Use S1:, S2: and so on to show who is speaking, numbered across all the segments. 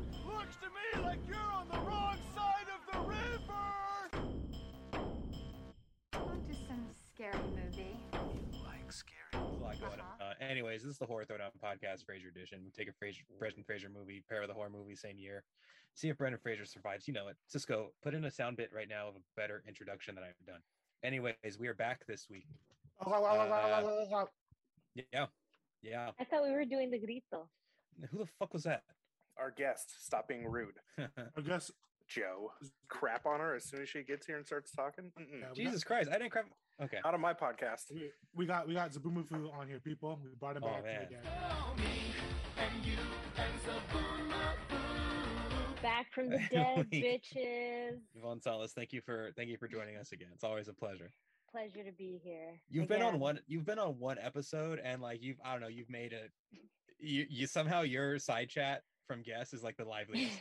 S1: to me like you're on the wrong side of the river!
S2: Onto some scary movie.
S1: Like scary.
S3: Like what?
S2: Uh-huh.
S3: Uh, anyways, this is the Horror Throwdown podcast, Fraser edition. We take a Fraser, Brendan Fraser movie, pair of the horror movie, same year. See if Brendan Fraser survives. You know it. Cisco, put in a sound bit right now of a better introduction than I've done. Anyways, we are back this week. Uh, Yeah, yeah.
S4: I thought we were doing the grito.
S3: Who the fuck was that?
S5: Our guest, stop being rude.
S6: I guess
S5: Joe, crap on her as soon as she gets here and starts talking. Mm-mm.
S6: yeah, we
S3: Jesus Christ! I didn't crap. Okay.
S5: Not on my
S6: got-
S5: podcast.
S6: we, we got we got Zabumafu on here, people. We brought him
S3: Oh,
S6: back
S3: man.
S6: today.
S4: Back from the dead, bitches.
S3: Yvonne Salas, thank you for thank you for joining us again. It's always a pleasure.
S4: Pleasure to be here.
S3: You've been on
S4: Again.
S3: one. You've been on one episode, and like you've I don't know. You've made a you you somehow your side chat from guest is like the liveliest.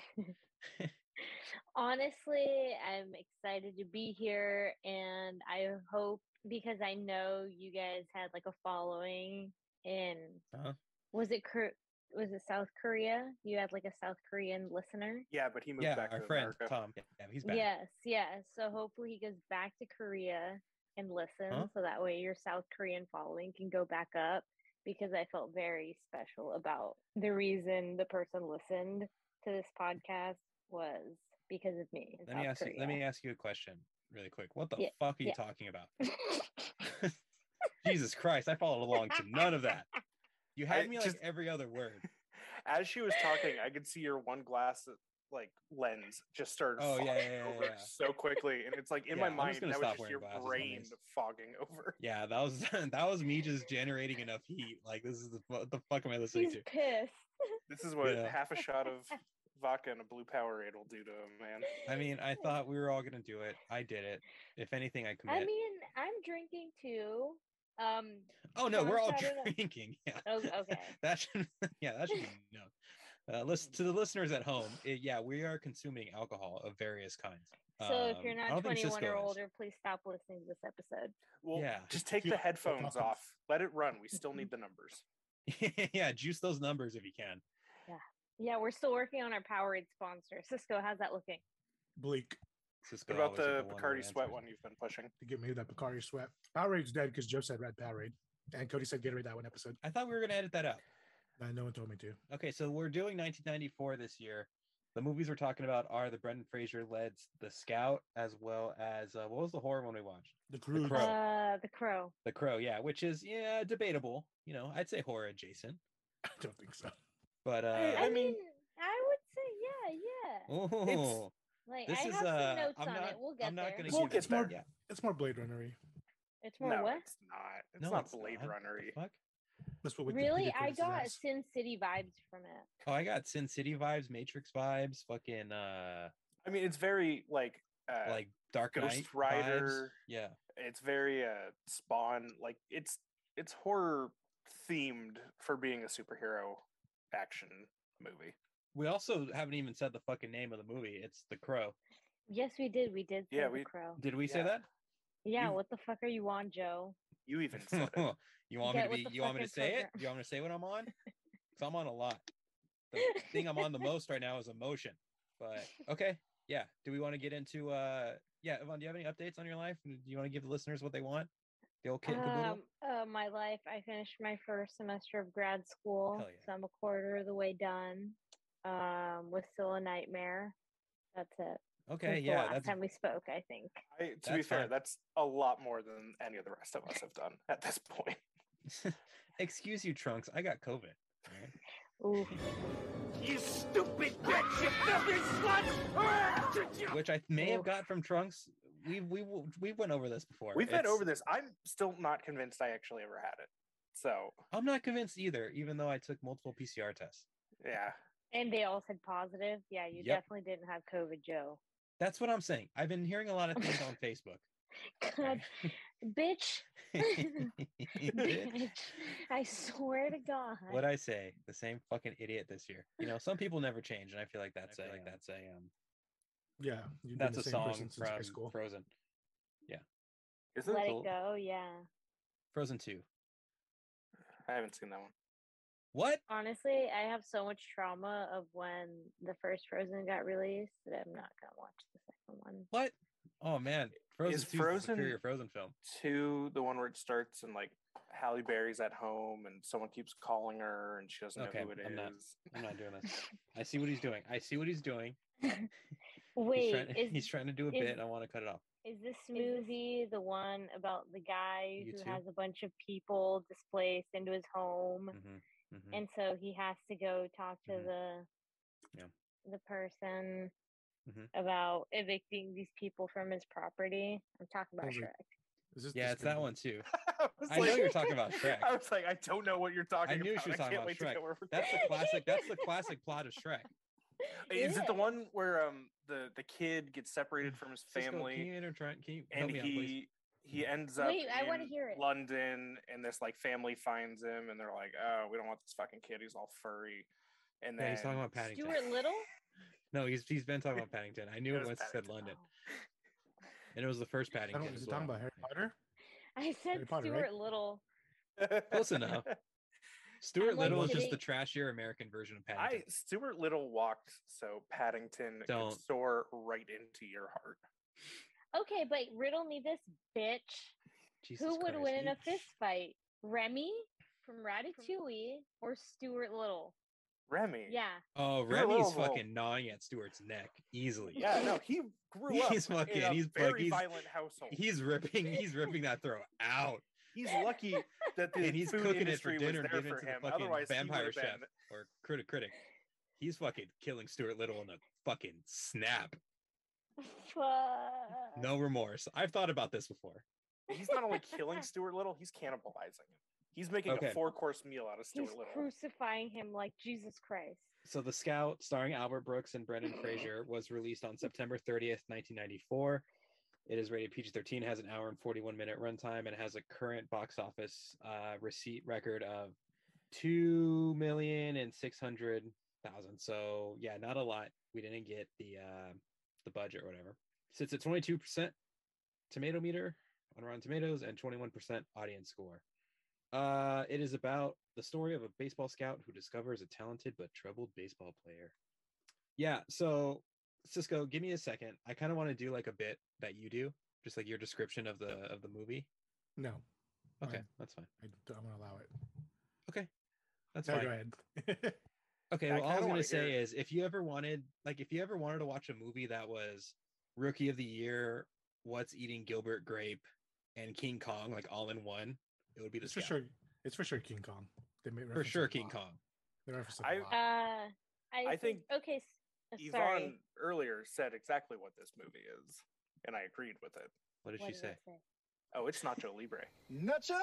S4: Honestly, I'm excited to be here and I hope because I know you guys had like a following in
S3: Uh-huh.
S4: was it Kor- was it South Korea? You had like a South Korean listener?
S5: Yeah, but he moved
S3: yeah,
S5: back
S3: our
S5: to
S3: friend
S5: America.
S3: Tom. Yeah, he's back.
S4: Yes, yeah. So hopefully he goes back to Korea and listens,
S3: Huh?
S4: so that way your South Korean following can go back up. Because I felt very special about the reason the person listened to this podcast was because of me. in
S3: Let me
S4: South
S3: ask you. Let
S4: Korea.
S3: me ask you a question really quick. What the
S4: Yeah,
S3: fuck are you
S4: yeah.
S3: talking about? Jesus Christ! I followed along to none of that. You had
S5: I
S3: me like
S5: just-
S3: every other word.
S5: As she was talking, I could see your one glass like lens just started
S3: Oh,
S5: fogging
S3: yeah, yeah, yeah,
S5: over
S3: yeah.
S5: so quickly. And it's like in
S3: Yeah,
S5: my
S3: I'm just
S5: mind,
S3: gonna
S5: that was
S3: stop
S5: just
S3: wearing
S5: your
S3: glasses on
S5: brain
S3: these.
S5: fogging over.
S3: Yeah, that was that was me just generating enough heat. Like this is the what the fuck am I listening
S4: He's
S3: to?
S4: pissed.
S5: This is what
S3: Yeah.
S5: half a shot of vodka and a blue powerade will do to a man.
S3: I mean, I thought we were all gonna do it. I did it. If anything, I commit.
S4: I mean, I'm drinking too. Um,
S3: oh no,
S4: so
S3: we're
S4: I'm
S3: all
S4: starting to-
S3: drinking. Yeah.
S4: Oh, okay.
S3: that should. Yeah, that should be no. Uh, listen to the listeners at home. it- yeah, we are consuming alcohol of various kinds.
S4: so if you're
S3: Um, I don't
S4: not
S3: think
S4: 21 or
S3: Cisco is.
S4: older, please stop listening to this episode.
S5: Well,
S3: Yeah.
S5: just take
S6: Yeah,
S5: the
S6: we'll
S5: headphones
S6: talk about-
S5: off. Let it run. We still need the numbers.
S3: yeah, juice those numbers if you can.
S4: Yeah, we're still working on our Powerade sponsor. Cisco, how's that looking?
S6: Bleak
S3: Cisco
S5: What about
S3: always had
S5: the
S3: one word
S5: Bacardi sweat
S3: answers.
S5: one you've been pushing?
S6: to get me that Picari sweat. Powerade's dead because Joe said red Powerade, and Cody said Gatorade that one episode.
S3: I thought we were gonna edit that out.
S6: Uh, no one told me to.
S3: Okay, so we're doing 1994 this year. The movies we're talking about are the Brendan Fraser led The Scout, as well as uh, what was the horror one we watched?
S6: The crew.
S3: Crow.
S4: Uh, the Crow.
S3: The Crow, yeah, which is yeah debatable. You know, I'd say horror adjacent,
S6: I don't think so.
S3: but uh,
S5: Hey,
S4: I
S5: I mean-
S4: mean, I would say, yeah, yeah.
S3: oh,
S4: Like,
S3: this
S4: I
S3: is
S4: have
S3: uh,
S4: some notes
S3: I'm
S4: on
S3: not,
S4: it. We'll get
S3: I'm
S4: there.
S3: not gonna
S6: We'll
S3: give it
S6: get there.
S3: back yet.
S6: It's more Blade Runnery.
S4: It's more
S5: No,
S4: what?
S5: it's not. It's
S3: No,
S5: not
S3: it's
S5: Blade
S3: not. What the
S5: Runnery.
S3: fuck?
S6: That's what we
S4: Really?
S6: did
S4: I
S6: Curtis's
S4: got
S6: ass.
S4: Sin City vibes from it.
S3: Oh, I got Sin City vibes, Matrix vibes, fucking uh,
S5: I mean, it's very like uh,
S3: like Dark
S5: Ghost
S3: Knight vibes.
S5: Rider.
S3: Yeah,
S5: it's very uh Spawn. Like it's it's horror themed for being a superhero action movie.
S3: we also haven't even said the fucking name of the movie. It's The Crow.
S4: Yes, we did. We did. say
S5: Yeah,
S4: The
S5: we-
S4: Crow.
S3: Did we say
S5: Yeah.
S3: that?
S4: Yeah,
S5: you-
S4: what the fuck are you on, Joe?
S5: You even said it.
S3: you want me
S4: Get
S3: to
S4: with
S3: be?
S4: the
S3: You want me to
S4: fucking
S3: say it?
S4: program.
S3: You want me to say what I'm on? 'Cause I'm on a lot. The thing I'm on the most right now is emotion. But okay, yeah. Do we want to get into? uh Yeah, Yvonne, do you have any updates on your life? Do you want to give the listeners what they want? The old kid.
S4: Um, uh, my life. I finished my first semester of grad school,
S3: Hell yeah.
S4: so I'm a quarter of the way done. Um, was still a nightmare. That's it.
S3: okay,
S4: Since the
S3: yeah,
S4: last
S3: that's
S4: time we spoke, I think.
S5: I, to be
S3: That's
S5: fair,
S3: fine.
S5: that's a lot more than any of the rest of us have done at this point.
S3: Excuse you, Trunks. I got COVID. alright?
S4: Oof.
S1: You stupid bitch, you filthy slut!
S3: Which I may have
S4: Oof.
S3: got from Trunks. We we we went over this before.
S5: We've been
S3: It's-
S5: over this. I'm still not convinced I actually ever had it. So
S3: I'm not convinced either, even though I took multiple PCR tests.
S5: yeah,
S4: And they all said positive. Yeah, you
S3: Yep.
S4: definitely didn't have COVID, Joe.
S3: That's what I'm saying. I've been hearing a lot of things on Facebook.
S4: God, bitch.
S3: Bitch.
S4: bitch. I swear to God.
S3: what I say, the same fucking idiot this year. You know, some people never change, and I feel like that's a like that's a um,
S6: Yeah, you've
S3: that's
S6: been
S3: a
S6: the same
S3: song
S6: person since high
S3: from
S6: school.
S3: Frozen. Yeah,
S5: isn't
S4: Let
S5: it?
S3: cool?
S4: it go. Yeah.
S3: Frozen Two.
S5: I haven't seen that one.
S3: What?
S4: Honestly, I have so much trauma of when the first Frozen got released that I'm not gonna watch the second one.
S3: What? Oh man, Frozen
S5: Is
S3: 2 is the
S5: Frozen-
S3: superior Frozen film.
S5: Two, the one where it starts and like Halle Berry's at home and someone keeps calling her and she doesn't
S3: Okay,
S5: know who it is.
S3: I'm not- I'm not doing this. I see what he's doing. I see what he's doing. he's
S4: Wait,
S3: trying,
S4: is
S3: he's trying to do a
S4: is-
S3: bit. and I want to cut it off.
S4: is this movie the one about the guy
S3: You
S4: who
S3: too?
S4: has a bunch of people displaced into his home,
S3: Mhm, mhm.
S4: Mm-hmm, and so he has to go talk to
S3: Mhm.
S4: the
S3: Yeah.
S4: the person
S3: Mhm.
S4: about evicting these people from his property? I'm talking about
S6: Sounds like-
S4: Shrek.
S6: Is this
S3: yeah,
S6: this
S3: it's that
S6: movie?
S3: one too.
S5: I, was
S3: I know you're talking about Shrek.
S5: I was like, I don't know what you're talking
S3: I knew she was
S5: about. I
S3: talking
S5: can't
S3: about
S5: wait
S3: Shrek.
S5: to get where we're
S3: That's the classic. That's the classic plot of Shrek.
S5: Is it the
S4: Yeah.
S5: one where um the the kid gets separated from his
S3: Cisco, can
S5: family
S3: you enter, try- can you help
S5: and
S3: me out, please?
S5: he he ends up
S4: Wait, I wanna
S5: in
S4: hear it.
S5: London and this like family finds him and they're like, oh, we don't want this fucking kid. He's all furry. And then
S3: Yeah, he's talking about Paddington.
S4: Stuart Little?
S3: No, he's he's been talking about Paddington. I knew
S5: It
S3: it
S5: was
S3: once it said
S5: Paddington.
S3: London, and it was the first
S6: I
S3: Paddington.
S6: don't. Is
S3: as
S6: it talking
S3: well.
S6: about Harry Potter?
S4: I said
S6: Potter, right?
S4: Stuart Little.
S3: Close enough. Stuart
S4: I'm like
S3: Little is just
S4: sitting-
S3: the trashier American version of Paddington.
S5: I Stuart Little walked so Paddington
S3: Don't.
S5: could soar right into your heart.
S4: Okay, but riddle me this, bitch.
S3: Jesus
S4: Who would
S3: Christ,
S4: win in
S3: he-
S4: a fist fight? Remy from Ratatouille or Stuart Little?
S5: Remy.
S4: Yeah.
S3: Oh,
S5: Stuart
S3: Remy's
S5: Little's little-
S3: fucking gnawing at Stuart's neck easily.
S5: Yeah, no, he grew up
S3: He's fucking-
S5: in a
S3: he's like-
S5: very
S3: he's-
S5: violent household.
S3: He's ripping. He's ripping that throw out.
S5: he's lucky that the
S3: and he's
S5: food
S3: cooking it for
S5: industry
S3: dinner and
S5: was there
S3: giving it to
S5: for him.
S3: the fucking
S5: Otherwise,
S3: vampire
S5: he would
S3: chef
S5: have been
S3: or critic critic. He's fucking killing Stuart Little in a fucking snap.
S4: Fuck.
S3: No remorse. I've thought about this before.
S5: he's not only killing Stuart Little, he's cannibalizing him. He's making
S3: Okay.
S5: a four course meal out of Stuart
S4: He's
S5: Little.
S4: crucifying him like Jesus Christ.
S3: So The Scout, starring Albert Brooks and Brendan Fraser, was released on September 30th, 1994. It is rated PG-13, has an hour and 41 minute runtime, and has a current box office uh, receipt record of two million and six hundred thousand. So yeah, not a lot. We didn't get the uh, the budget or whatever. Sits at 22 percent tomato meter on Rotten Tomatoes and 21 percent audience score. Uh, it is about the story of a baseball scout who discovers a talented but troubled baseball player. Yeah, so Cisco, give me a second. I kind of want to do like a bit that you do, just like your description of the of the movie.
S6: No,
S3: Okay,
S6: Fine.
S3: that's fine.
S6: I don't want to allow it.
S3: That's
S6: No,
S3: fine.
S6: go ahead.
S3: Okay,
S5: Yeah, I
S3: well, all I was
S5: kinda
S3: gonna
S5: wanna
S3: say
S5: hear-
S3: is if you ever wanted, like, if you ever wanted to watch a movie that was Rookie of the Year, What's Eating Gilbert Grape, and King Kong, like all in one, it would be the
S6: it's for
S3: Scout.
S6: sure. It's for sure King Kong. They made
S3: for
S6: reference
S3: sure
S6: a
S3: King
S6: lot.
S3: Kong.
S6: They referenced
S5: I-
S6: I,
S4: Uh,
S3: Ah.
S4: I,
S5: I
S4: okay. s- uh,
S5: Yvonne
S4: Sorry.
S5: earlier said exactly what this movie is, and I agreed with it.
S3: What did
S4: What
S3: she
S4: did
S3: say?
S4: I say?
S5: Oh, it's Nacho Libre.
S1: Nacho!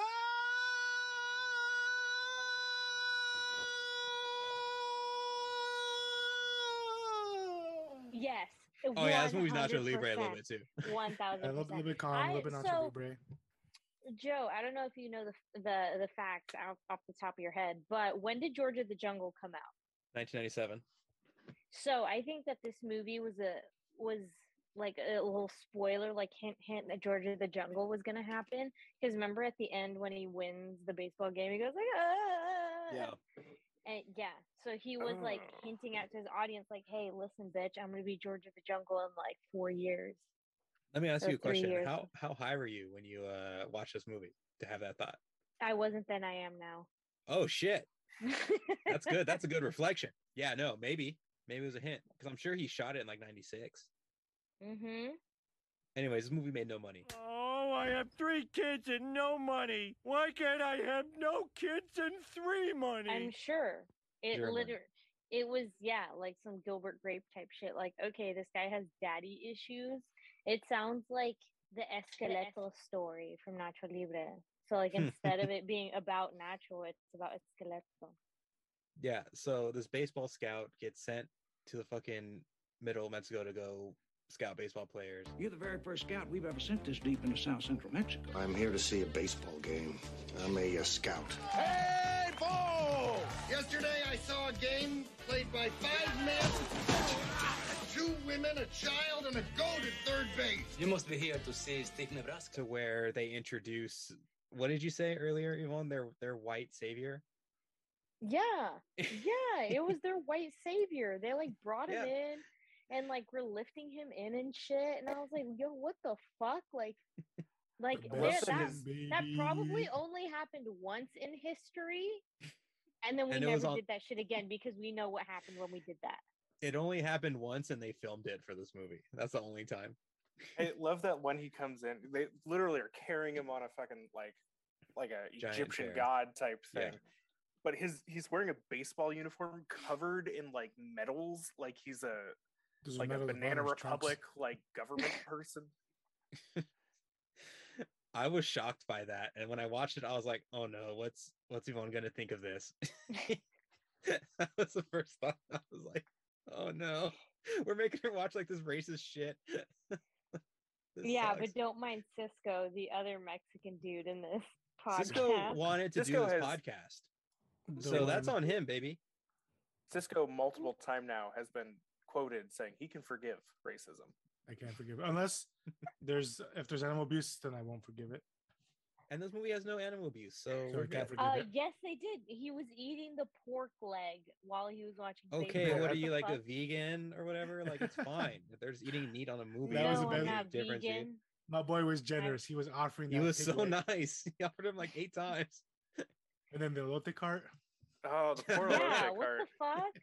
S4: Yes.
S3: Oh yeah, this movie's Nacho Libre a little bit too.
S4: One
S6: a
S4: thousand
S6: little, little
S4: percent.
S6: bit Kong, a little bit
S4: I-
S6: Nacho
S4: so-
S6: Libre.
S4: Joe, I don't know if you know the the the facts off, off the top of your head, but when did George of the Jungle come out?
S3: 1997.
S4: So I think that this movie was a was like a little spoiler, like hint hint that George of the Jungle was gonna happen. Because remember at the end when he wins the baseball game, he goes like, ah!
S3: Yeah.
S4: and, yeah. So he was like
S5: Oh.
S4: hinting out to his audience, like, "Hey, listen, bitch, I'm gonna be George of the Jungle in like four years."
S3: Let me ask
S4: Or
S3: you a
S4: three
S3: question.
S4: years.
S3: How how high were you when you uh watched this movie to have that thought?
S4: I wasn't then. I am now.
S3: Oh shit, that's good. That's a good reflection. Yeah, no, maybe maybe it was a hint because I'm sure he shot it in like '96.
S4: mm-hmm.
S3: Anyways, this movie made no money.
S1: Oh, I have three kids and no money. Why can't I have no kids and three money?
S4: I'm sure it
S3: Zero money.
S4: literally it was yeah, like some Gilbert Grape type shit. Like, okay, this guy has daddy issues. It sounds like the Esqueleto story from Nacho Libre. So like instead of it being about Nacho, it's about Esqueleto.
S3: Yeah, so this baseball scout gets sent to the fucking middle of Mexico to go scout baseball players.
S7: You're the very first scout we've ever sent this deep into south central Mexico.
S8: I'm here to see a baseball game. I'm a, uh scout.
S1: Hey, Bo!
S8: Yesterday I saw a game played by five men, two women, a child, and a goat at third base.
S9: You must be here to see Steve Nebraska.
S3: To where they introduce what did you say earlier, Yvonne? Their their white savior?
S4: Yeah, yeah, it was their white savior. They like brought him in and like were lifting him in and shit. And I was like, yo, what the fuck? Like, like
S6: The
S4: there,
S6: best
S4: that,
S6: is
S4: that probably
S6: baby.
S4: only happened once in history. And then we
S3: And it was
S4: never
S3: on-
S4: did that shit again because we know what happened when we did that.
S3: It only happened once, and they filmed it for this movie. That's the only time.
S5: I love that when he comes in, they literally are carrying him on a fucking like like a
S3: Giant
S5: Egyptian
S3: chair.
S5: god type
S3: Yeah.
S5: thing. But his he's wearing a baseball uniform covered in like medals, like he's a
S6: There's
S5: like a
S6: medal of
S5: banana
S6: honor trunks.
S5: republic like government person.
S3: I was shocked by that, and when I watched it, I was like, "Oh no, what's what's Yvonne gonna think of this?" that was the first thought. I was like, "Oh no, we're making her watch like this racist shit." This
S4: yeah,
S3: sucks.
S4: but don't mind Cisco, the other Mexican dude in this podcast.
S3: Cisco wanted to
S5: Cisco
S3: do this
S5: has-
S3: podcast,
S6: The
S3: so that's
S6: one-
S3: on him, baby.
S5: Cisco multiple time now has been quoted saying he can forgive racism.
S6: I can't forgive it. unless there's if there's animal abuse, then I won't forgive it.
S3: And this movie has no animal abuse, so
S6: So
S3: we're
S6: we can't
S3: good.
S6: forgive
S4: Uh,
S6: it.
S4: yes, they did. He was eating the pork leg while he was watching.
S3: Okay,
S4: Baywatch.
S3: what are
S4: the
S3: you like a
S4: fuck?
S3: vegan or whatever? Like it's fine if there's eating meat on a movie.
S6: That was
S4: no,
S6: a
S4: I'm
S6: bad
S4: not
S3: difference, dude.
S4: vegan.
S6: My boy was generous. He was offering.
S3: He
S6: that
S3: was so
S6: takeaway.
S3: nice. He offered him like eight times.
S6: And then the elote cart.
S5: Oh, the poor
S3: Yeah,
S4: Yeah,
S5: Olympic
S4: what
S5: card.
S4: the fuck?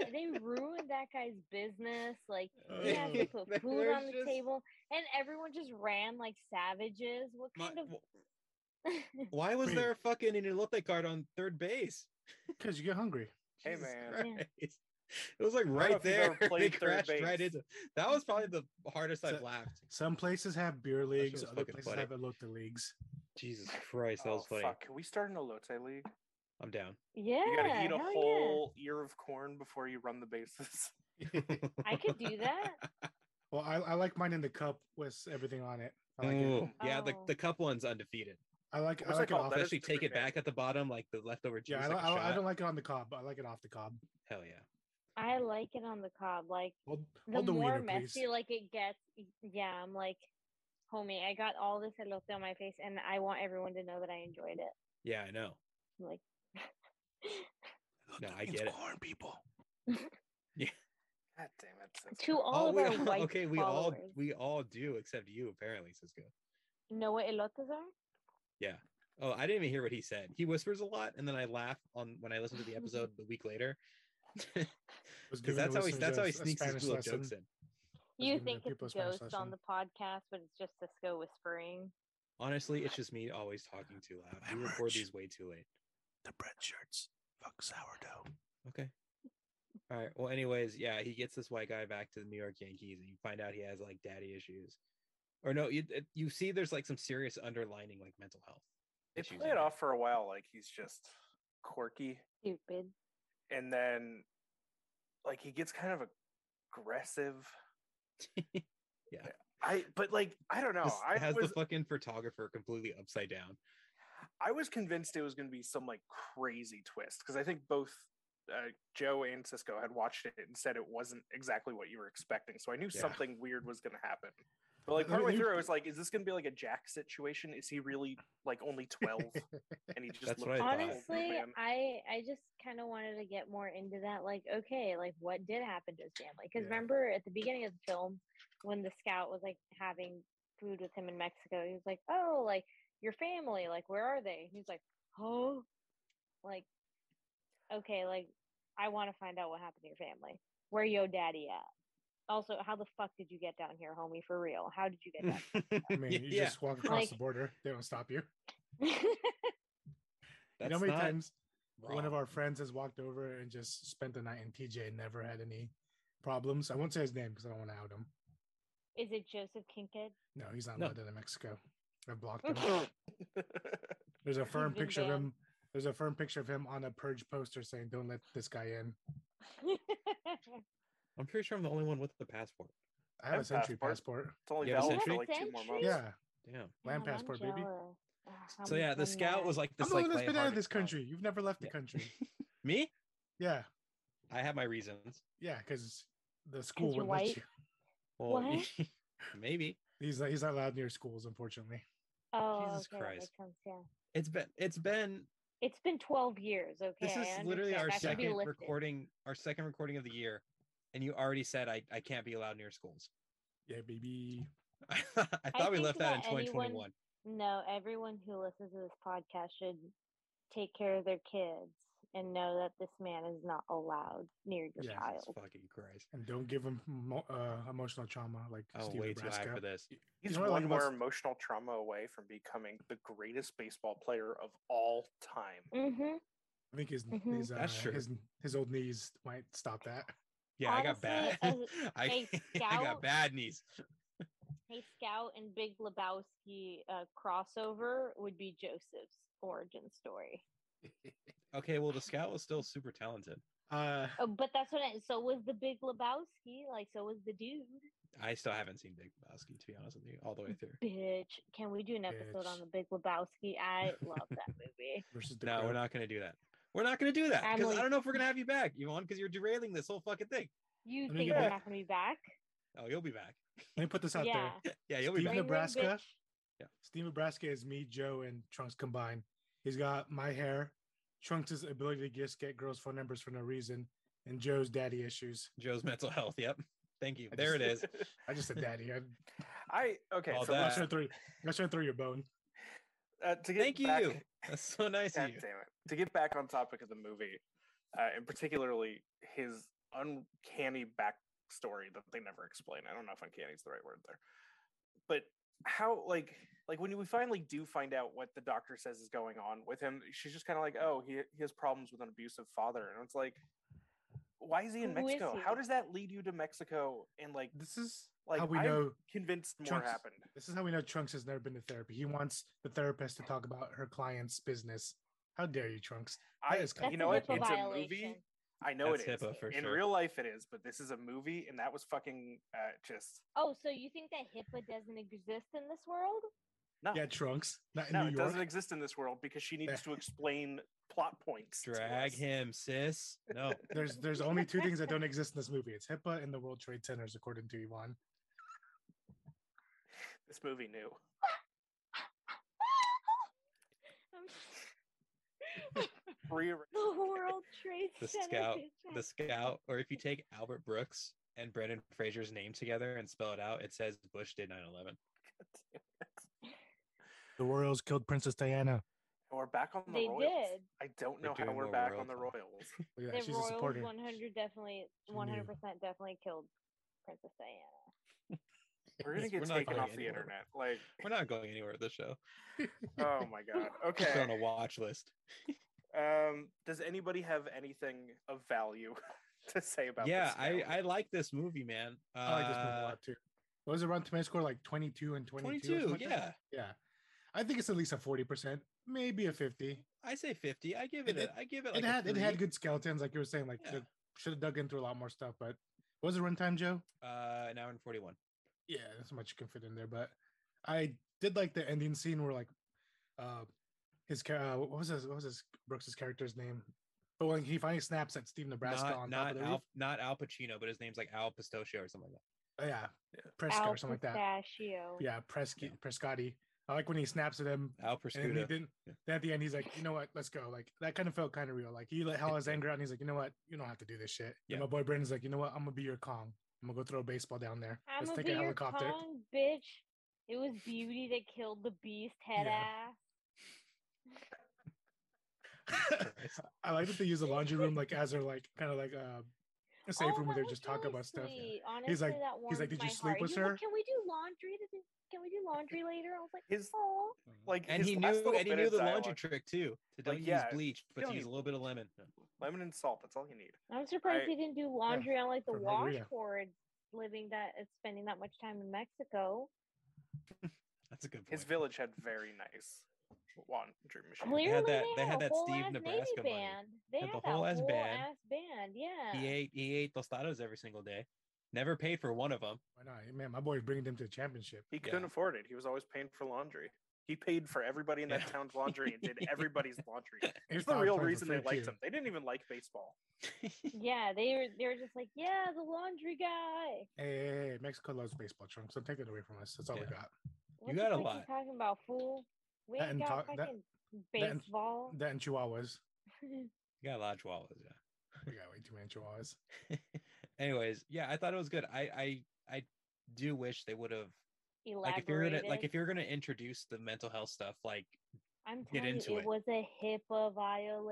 S4: That, they ruined that guy's business. Like he has to
S3: Yeah,
S4: put
S3: they
S4: food
S3: were
S4: on the
S3: Oh, just-
S4: table, and everyone just ran like savages. What
S3: My-
S4: kind of?
S3: Why was
S6: Wait.
S3: there a fucking Inelote card on third base?
S6: Because Oh, you get hungry.
S5: Hey,
S3: Jesus
S5: man.
S3: Christ. It was like
S5: know
S3: right
S5: if you've ever
S3: there. They
S5: played third
S3: crashed right
S5: base.
S3: into. That was probably the hardest I've
S6: So-
S3: laughed.
S6: Some places have beer leagues.
S3: was
S6: Other
S3: fucking
S6: places
S3: funny.
S6: have elote leagues.
S3: Jesus Christ, that
S5: Oh,
S3: was funny.
S5: fuck. Can we start an elote league?
S3: I'm down.
S4: yeah,
S5: you gotta eat a
S4: hell yeah.
S5: whole ear of corn before you run the bases.
S4: I could do that.
S6: Well, I, I like mine in the cup with everything on it. I like it.
S3: Ooh, yeah, the,
S4: Oh.
S3: the cup one's undefeated.
S6: I like. I
S5: What's
S6: like
S5: that
S6: it
S5: called?
S6: off.
S5: That is
S3: Especially take it
S5: different, man.
S3: back at the bottom, like the leftover juice.
S6: Yeah, I,
S3: like
S6: don't-
S3: a
S6: I, don't- I
S3: shot.
S6: don't like it on the cob. but I like it off the cob.
S3: Hell yeah.
S4: I like it on the cob. Like
S6: Hold,
S4: the
S6: hold the
S4: more
S6: wiener,
S4: messy
S6: please.
S4: like it gets, yeah, I'm like, homie, I got all this elote on my face, and I want everyone to know that I enjoyed it.
S3: Yeah, I know.
S4: I'm like,
S3: No, I get it.
S6: Corn people.
S5: God damn it. Cisco.
S4: to all
S3: Oh,
S4: of
S3: we
S4: our white
S3: okay, we all
S4: followers,
S3: we all do except you apparently, Cisco.
S4: know what elotes are?
S3: Oh, I didn't even hear what he said. He whispers a lot, and then I laugh on when I listen to the episode the week later. Because
S6: Was giving the
S3: that's how he
S6: listeners
S3: that's
S6: a-
S3: how he
S6: a
S3: sneaks his
S6: Spanish
S3: little
S6: lesson.
S3: jokes in.
S4: You
S6: giving the
S4: think it's
S6: people
S4: a
S6: a Spanish
S4: ghost on the
S6: lesson.
S4: podcast, but it's just Cisco whispering.
S3: Honestly, it's just me always talking too loud. We record
S6: Hemorrhage.
S3: these way too late.
S6: The bread shirts. Fuck sourdough.
S3: Okay. All right. Well, anyways, yeah, he gets this white guy back to the New York Yankees, and you find out he has like daddy issues, or no, you it- you see there's like some serious underlining like mental health.
S5: They
S3: issues
S5: play
S3: in
S5: it
S3: there.
S5: off for a while like he's just quirky.
S4: Stupid.
S5: And then like he gets kind of aggressive.
S3: Yeah.
S5: I but like I don't know.
S3: This
S5: I
S3: has
S5: was
S3: the fucking photographer completely upside down.
S5: I was convinced it was going to be some like crazy twist because I think both uh, Joe and Cisco had watched it and said it wasn't exactly what you were expecting. So I knew
S3: Yeah.
S5: something weird was going to happen. But like
S6: Let me-
S5: partway
S6: let me-
S5: through, I was like, "Is this going to be like a Jack situation? Is he really like only twelve and he just
S3: That's
S5: looked
S3: what I
S5: like
S3: thought.
S5: an old
S4: Honestly,
S5: man?"
S4: I I just kind of wanted to get more into that. Like, okay, like what did happen to his family? Because
S6: Yeah.
S4: remember at the beginning of the film, when the scout was like having food with him in Mexico, he was like, "Oh, like your family, like where are they?" He's like, "Oh, like okay, like I want to find out what happened to your family. Where yo daddy at? Also, how the fuck did you get down here, homie? For real, how did you get down?" here?"
S6: I mean, you
S3: yeah,
S6: just walk across the
S4: Like-
S6: border. They don't stop you.
S3: that's
S6: you know how many
S3: not
S6: times one of
S3: wrong.
S6: our friends has walked over and just spent the night in TJ and never had any problems. I won't say his name because I don't want to out him.
S4: Is it Joseph Kinkad?
S6: No, he's not
S3: No.
S6: allowed in Mexico. I blocked him. There's a firm
S4: been
S6: picture of
S4: banned.
S6: him. There's a firm picture of him on a purge poster saying, "Don't let this guy in."
S3: I'm pretty sure I'm the only one with the passport.
S6: I have
S5: have
S6: a century
S5: passport.
S6: passport.
S5: it's only
S3: You have a
S5: valid for
S3: century?
S5: like two more
S4: Century?
S5: months.
S6: Yeah.
S3: Damn.
S6: Land
S4: Damn, I'm
S6: passport, baby.
S4: jealous. Ugh,
S3: So
S4: I'm-
S3: yeah, the
S4: I'm
S3: scout
S4: mad.
S3: was like
S6: I'm
S3: this.
S6: the
S3: like,
S6: one that's
S3: Leigh
S6: been out of
S3: Harvey
S6: this
S3: style.
S6: country. You've never left the
S3: Yeah.
S6: country.
S3: Me?
S6: Yeah,
S3: I have my reasons.
S6: yeah, because the school
S4: you're
S6: would let
S4: white?
S6: you.
S3: Well,
S4: What?
S3: maybe
S6: He's not, he's not allowed near schools, unfortunately.
S4: Oh,
S3: Jesus
S4: okay, that
S3: Christ.
S4: makes sense, yeah.
S3: it's been it's been
S4: It's been 12 years, okay?
S3: This is
S4: I
S3: literally our
S4: understand. That should be
S3: second
S4: lifted.
S3: recording, our second recording of the year, and you already said I, I can't be allowed near schools.
S6: Yeah, baby.
S3: I thought we
S4: think
S3: left that in
S4: that anyone-
S3: 2021.
S4: No, everyone who listens to this podcast should take care of their kids and know that this man is not allowed near your
S6: Yes, it's
S3: Jesus
S4: child.
S3: fucking Christ!
S6: And don't give him mo- uh, emotional trauma like
S3: Oh,
S6: Steve
S3: way too high
S6: Nebraska.
S3: for this.
S5: He's
S6: know what I like
S5: one more
S6: about-
S5: emotional trauma away from becoming the greatest baseball player of all time.
S4: Mm-hmm.
S6: I think his
S4: Mhm.
S6: his, uh,
S3: That's true.
S6: his his old knees might stop that.
S3: Yeah, I got bad.
S4: Honestly,
S3: I,
S4: a
S3: I got
S4: scout-
S3: bad knees.
S4: Hey, Scout and Big Lebowski uh, crossover would be Joseph's origin story.
S3: Okay, well, the scout was still super talented.
S6: Uh,
S4: Oh, but that's what. I, so was the Big Lebowski. Like, so was the dude.
S3: I still haven't seen Big Lebowski, to be honest with you, all the
S4: Mm.
S3: way through.
S4: Bitch, can we do an episode
S6: Bitch.
S4: on the Big Lebowski? I love that movie.
S6: versus the
S3: No, we're
S6: crowd.
S3: not going to do that. We're not going to do that because
S4: Emily-
S3: I don't know if we're going to have you back, Yvonne, because you're derailing this whole fucking thing.
S4: You
S6: Let me
S4: think
S6: get
S4: I'm
S6: back.
S4: not gonna be back?
S3: Oh, you'll be back.
S6: Let me put this out
S4: yeah.
S6: there.
S3: Yeah, you'll be back.
S6: Steve
S4: Bring your
S6: Nebraska.
S4: bitch.
S3: Yeah.
S6: Steve Nebraska is me, Joe, and Trunks combined. He's got my hair, Trunks' ability to just get girls' phone numbers for no reason, and Joe's daddy issues.
S3: Joe's mental health. Yep. Thank you.
S6: I
S3: There it is.
S6: I just said daddy. I,
S3: Uh,
S5: I okay.
S3: All
S5: so
S6: I'm
S3: that.
S6: not trying to throw, I'm not trying to throw your bone.
S5: uh, to get
S3: Thank you.
S5: back-
S3: That's so nice
S5: God
S3: of
S5: damn
S3: you.
S5: it. To get back on topic of the movie, uh, and particularly his uncanny backstory that they never explain. I don't know if uncanny is the right word there, but how like like when we finally do find out what the doctor says is going on with him, she's just kind of like, oh, he he has problems with an abusive father, and it's like, why is he in
S4: Who is
S5: Mexico?
S4: he?
S5: How does that lead you to Mexico? And like,
S6: This is
S5: like
S6: how we
S5: I'm
S6: know.
S5: convinced more
S6: Trunks-
S5: happened.
S6: This is how we know Trunks has never been to therapy. He wants the therapist to talk about her client's business. How dare you, Trunks?
S5: I
S6: is
S4: That's
S5: you
S4: a
S5: know what?
S4: HIPAA
S5: It's a
S4: violation.
S5: movie. I know
S3: That's
S5: it is.
S3: HIPAA for
S5: In
S3: sure.
S5: real life, it is, but this is a movie, and that was fucking uh, just
S4: Oh, so you think that HIPAA doesn't exist in this world?
S5: no.
S6: Yeah, Trunks. Not in
S5: Ah. no,
S6: New
S5: it
S6: York.
S5: doesn't exist in this world because she
S6: Yeah.
S5: needs to explain plot points. to
S3: Drag
S5: us.
S3: him, sis. No.
S6: There's there's only two things that don't exist in this movie. It's HIPAA and the World Trade Centers, according to Yvonne.
S5: This movie knew. Rear-
S4: the World Trade
S3: The
S4: Center.
S3: scout-
S4: is
S3: the
S4: back.
S3: scout, or if you take Albert Brooks and Brendan Fraser's name together and spell it out, it says Bush did 9 11.
S6: The Royals killed Princess Diana.
S5: we're back on the
S4: They
S5: Royals.
S4: did.
S5: I don't
S3: We're
S5: know how
S3: doing
S5: we're
S3: more
S5: back
S3: Royals
S5: on the
S3: now.
S5: Royals.
S6: Look at that.
S4: The
S6: She's a
S4: Royals
S6: supporter.
S4: 100 definitely,
S6: knew.
S4: 100 percent definitely killed Princess Diana.
S5: We're gonna
S3: Yes,
S5: get
S3: we're not
S5: taken
S3: going
S5: off the
S3: anywhere.
S5: internet. Like,
S3: We're not going anywhere with this show.
S5: oh my god.
S3: It's on
S5: Okay.
S3: a watch list.
S5: Um, does anybody have anything of value to say about?
S3: yeah,
S5: this
S3: I,
S5: now?
S3: I like this movie, man. Uh,
S6: I like this movie a lot too. What was it Rotten Tomato score? Like 22 and 22? or
S3: 22.
S6: something like that?
S3: Yeah.
S6: Yeah. I think it's at least a 40%, maybe a 50.
S3: I say 50. I give it,
S6: It-
S3: a, I give it like a
S6: it had it had
S3: three.
S6: good skeletons, like you were saying. Like
S3: Yeah.
S6: should have dug into a lot more stuff, but what was the runtime, Joe?
S3: uh, an hour and 41.
S6: yeah, that's much you can fit in there. But I did like the ending scene where like uh his char- uh, what was his what was his Brooks's character's name? But when he finally snaps at Steve Nebraska
S3: Not,
S6: on top
S3: not,
S6: of the
S3: Al,
S6: roof,
S3: not Al Pacino, but his name's like Al Pistachio or something like that.
S6: Oh, yeah, Prescott
S4: Al
S6: or something like that.
S4: Pistachio.
S6: Yeah, Presky Prescotti. I like when he snaps at him.
S3: Al
S6: And then he
S3: Prosciutto.
S6: didn't.
S3: Yeah.
S6: Then at the end, he's like, "You know what? Let's go." Like that kind of felt kind of real. Like he let all his anger out, and he's like, "You know what? You don't have to do this shit."
S3: Yeah.
S6: And my boy Brandon's like, "You know what? I'm gonna be your Kong. I'm gonna go throw a baseball down there.
S4: I'm
S6: Let's
S4: gonna
S6: take
S4: be
S6: a
S4: your
S6: helicopter."
S4: Kong, bitch. It was Beauty that killed the Beast, head
S6: Yeah.
S4: ass.
S6: I like that they use the laundry room like as they're like kind of like uh, a safe
S4: Oh,
S6: room where
S4: that
S6: they
S4: was
S6: just talk
S4: really
S6: about stuff.
S4: sweet. Honestly,
S6: He's like-
S4: that warmed
S6: "Did you
S4: my
S6: sleep
S4: heart."
S6: with
S4: He's like,
S6: her?"
S4: Can we do laundry? today? Can we do laundry later? I was like,
S5: His-
S4: oh.
S5: like,
S3: and
S5: his
S3: he
S5: last
S3: knew
S5: little
S3: and he
S5: bit
S3: knew
S5: of
S3: the laundry
S5: dialogue-
S3: trick too. To don't
S5: Like,
S3: use
S5: yeah,
S3: bleach, but
S5: don't
S3: to use
S5: use
S3: a little bit of lemon.
S5: Lemon and salt. That's all you need.
S4: I'm surprised
S5: I-
S4: he didn't do laundry on like the
S6: for Maria.
S4: washboard. Living that, uh, spending that much time in Mexico.
S3: That's a good point.
S5: His village had very nice laundry machine.
S4: Clearly,
S3: had
S4: they
S3: that-
S4: had,
S3: they had
S4: a
S3: that
S4: whole
S3: Steve
S4: ass
S3: Nebraska
S4: Navy
S3: money.
S4: band. They
S3: Had
S4: had
S3: the
S4: that
S3: whole
S4: whole
S3: ass
S4: ass
S3: band.
S4: band. Yeah.
S3: He ate he ate tostados every single day. Never paid for one of them.
S6: Why not? Man, my boy's bringing them to the championship.
S5: He couldn't
S3: Yeah.
S5: afford it. He was always paying for laundry. He paid for everybody in that
S3: Yeah.
S5: town's laundry and did everybody's laundry.
S6: Here's
S5: It's the
S6: Bob
S5: real
S6: playing for
S5: reason they
S6: free,
S5: liked
S6: too.
S5: him. They didn't even like baseball.
S4: Yeah, they were they were just like, yeah, the laundry guy.
S6: Hey, hey, hey, hey, Mexico loves baseball, Trump. So take it away from us. That's all
S3: Yeah.
S6: we got.
S4: What
S3: got
S4: the
S3: a
S4: fuck
S3: lot.
S4: You talking about fool? We
S6: That
S4: ain't
S6: and
S4: got
S6: talk- that-
S4: fucking
S6: Then-
S4: baseball.
S6: That and Chihuahuas.
S3: You got a lot of chihuahuas, yeah.
S6: We got way too many Chihuahuas.
S3: Anyways, yeah, I thought it was good. I I I do wish they would have
S4: Elaborated.
S3: like if you're gonna like if you're gonna introduce the mental health stuff, like
S4: I'm
S3: get
S4: telling
S3: into
S4: you,
S3: it.
S4: it was a HIPAA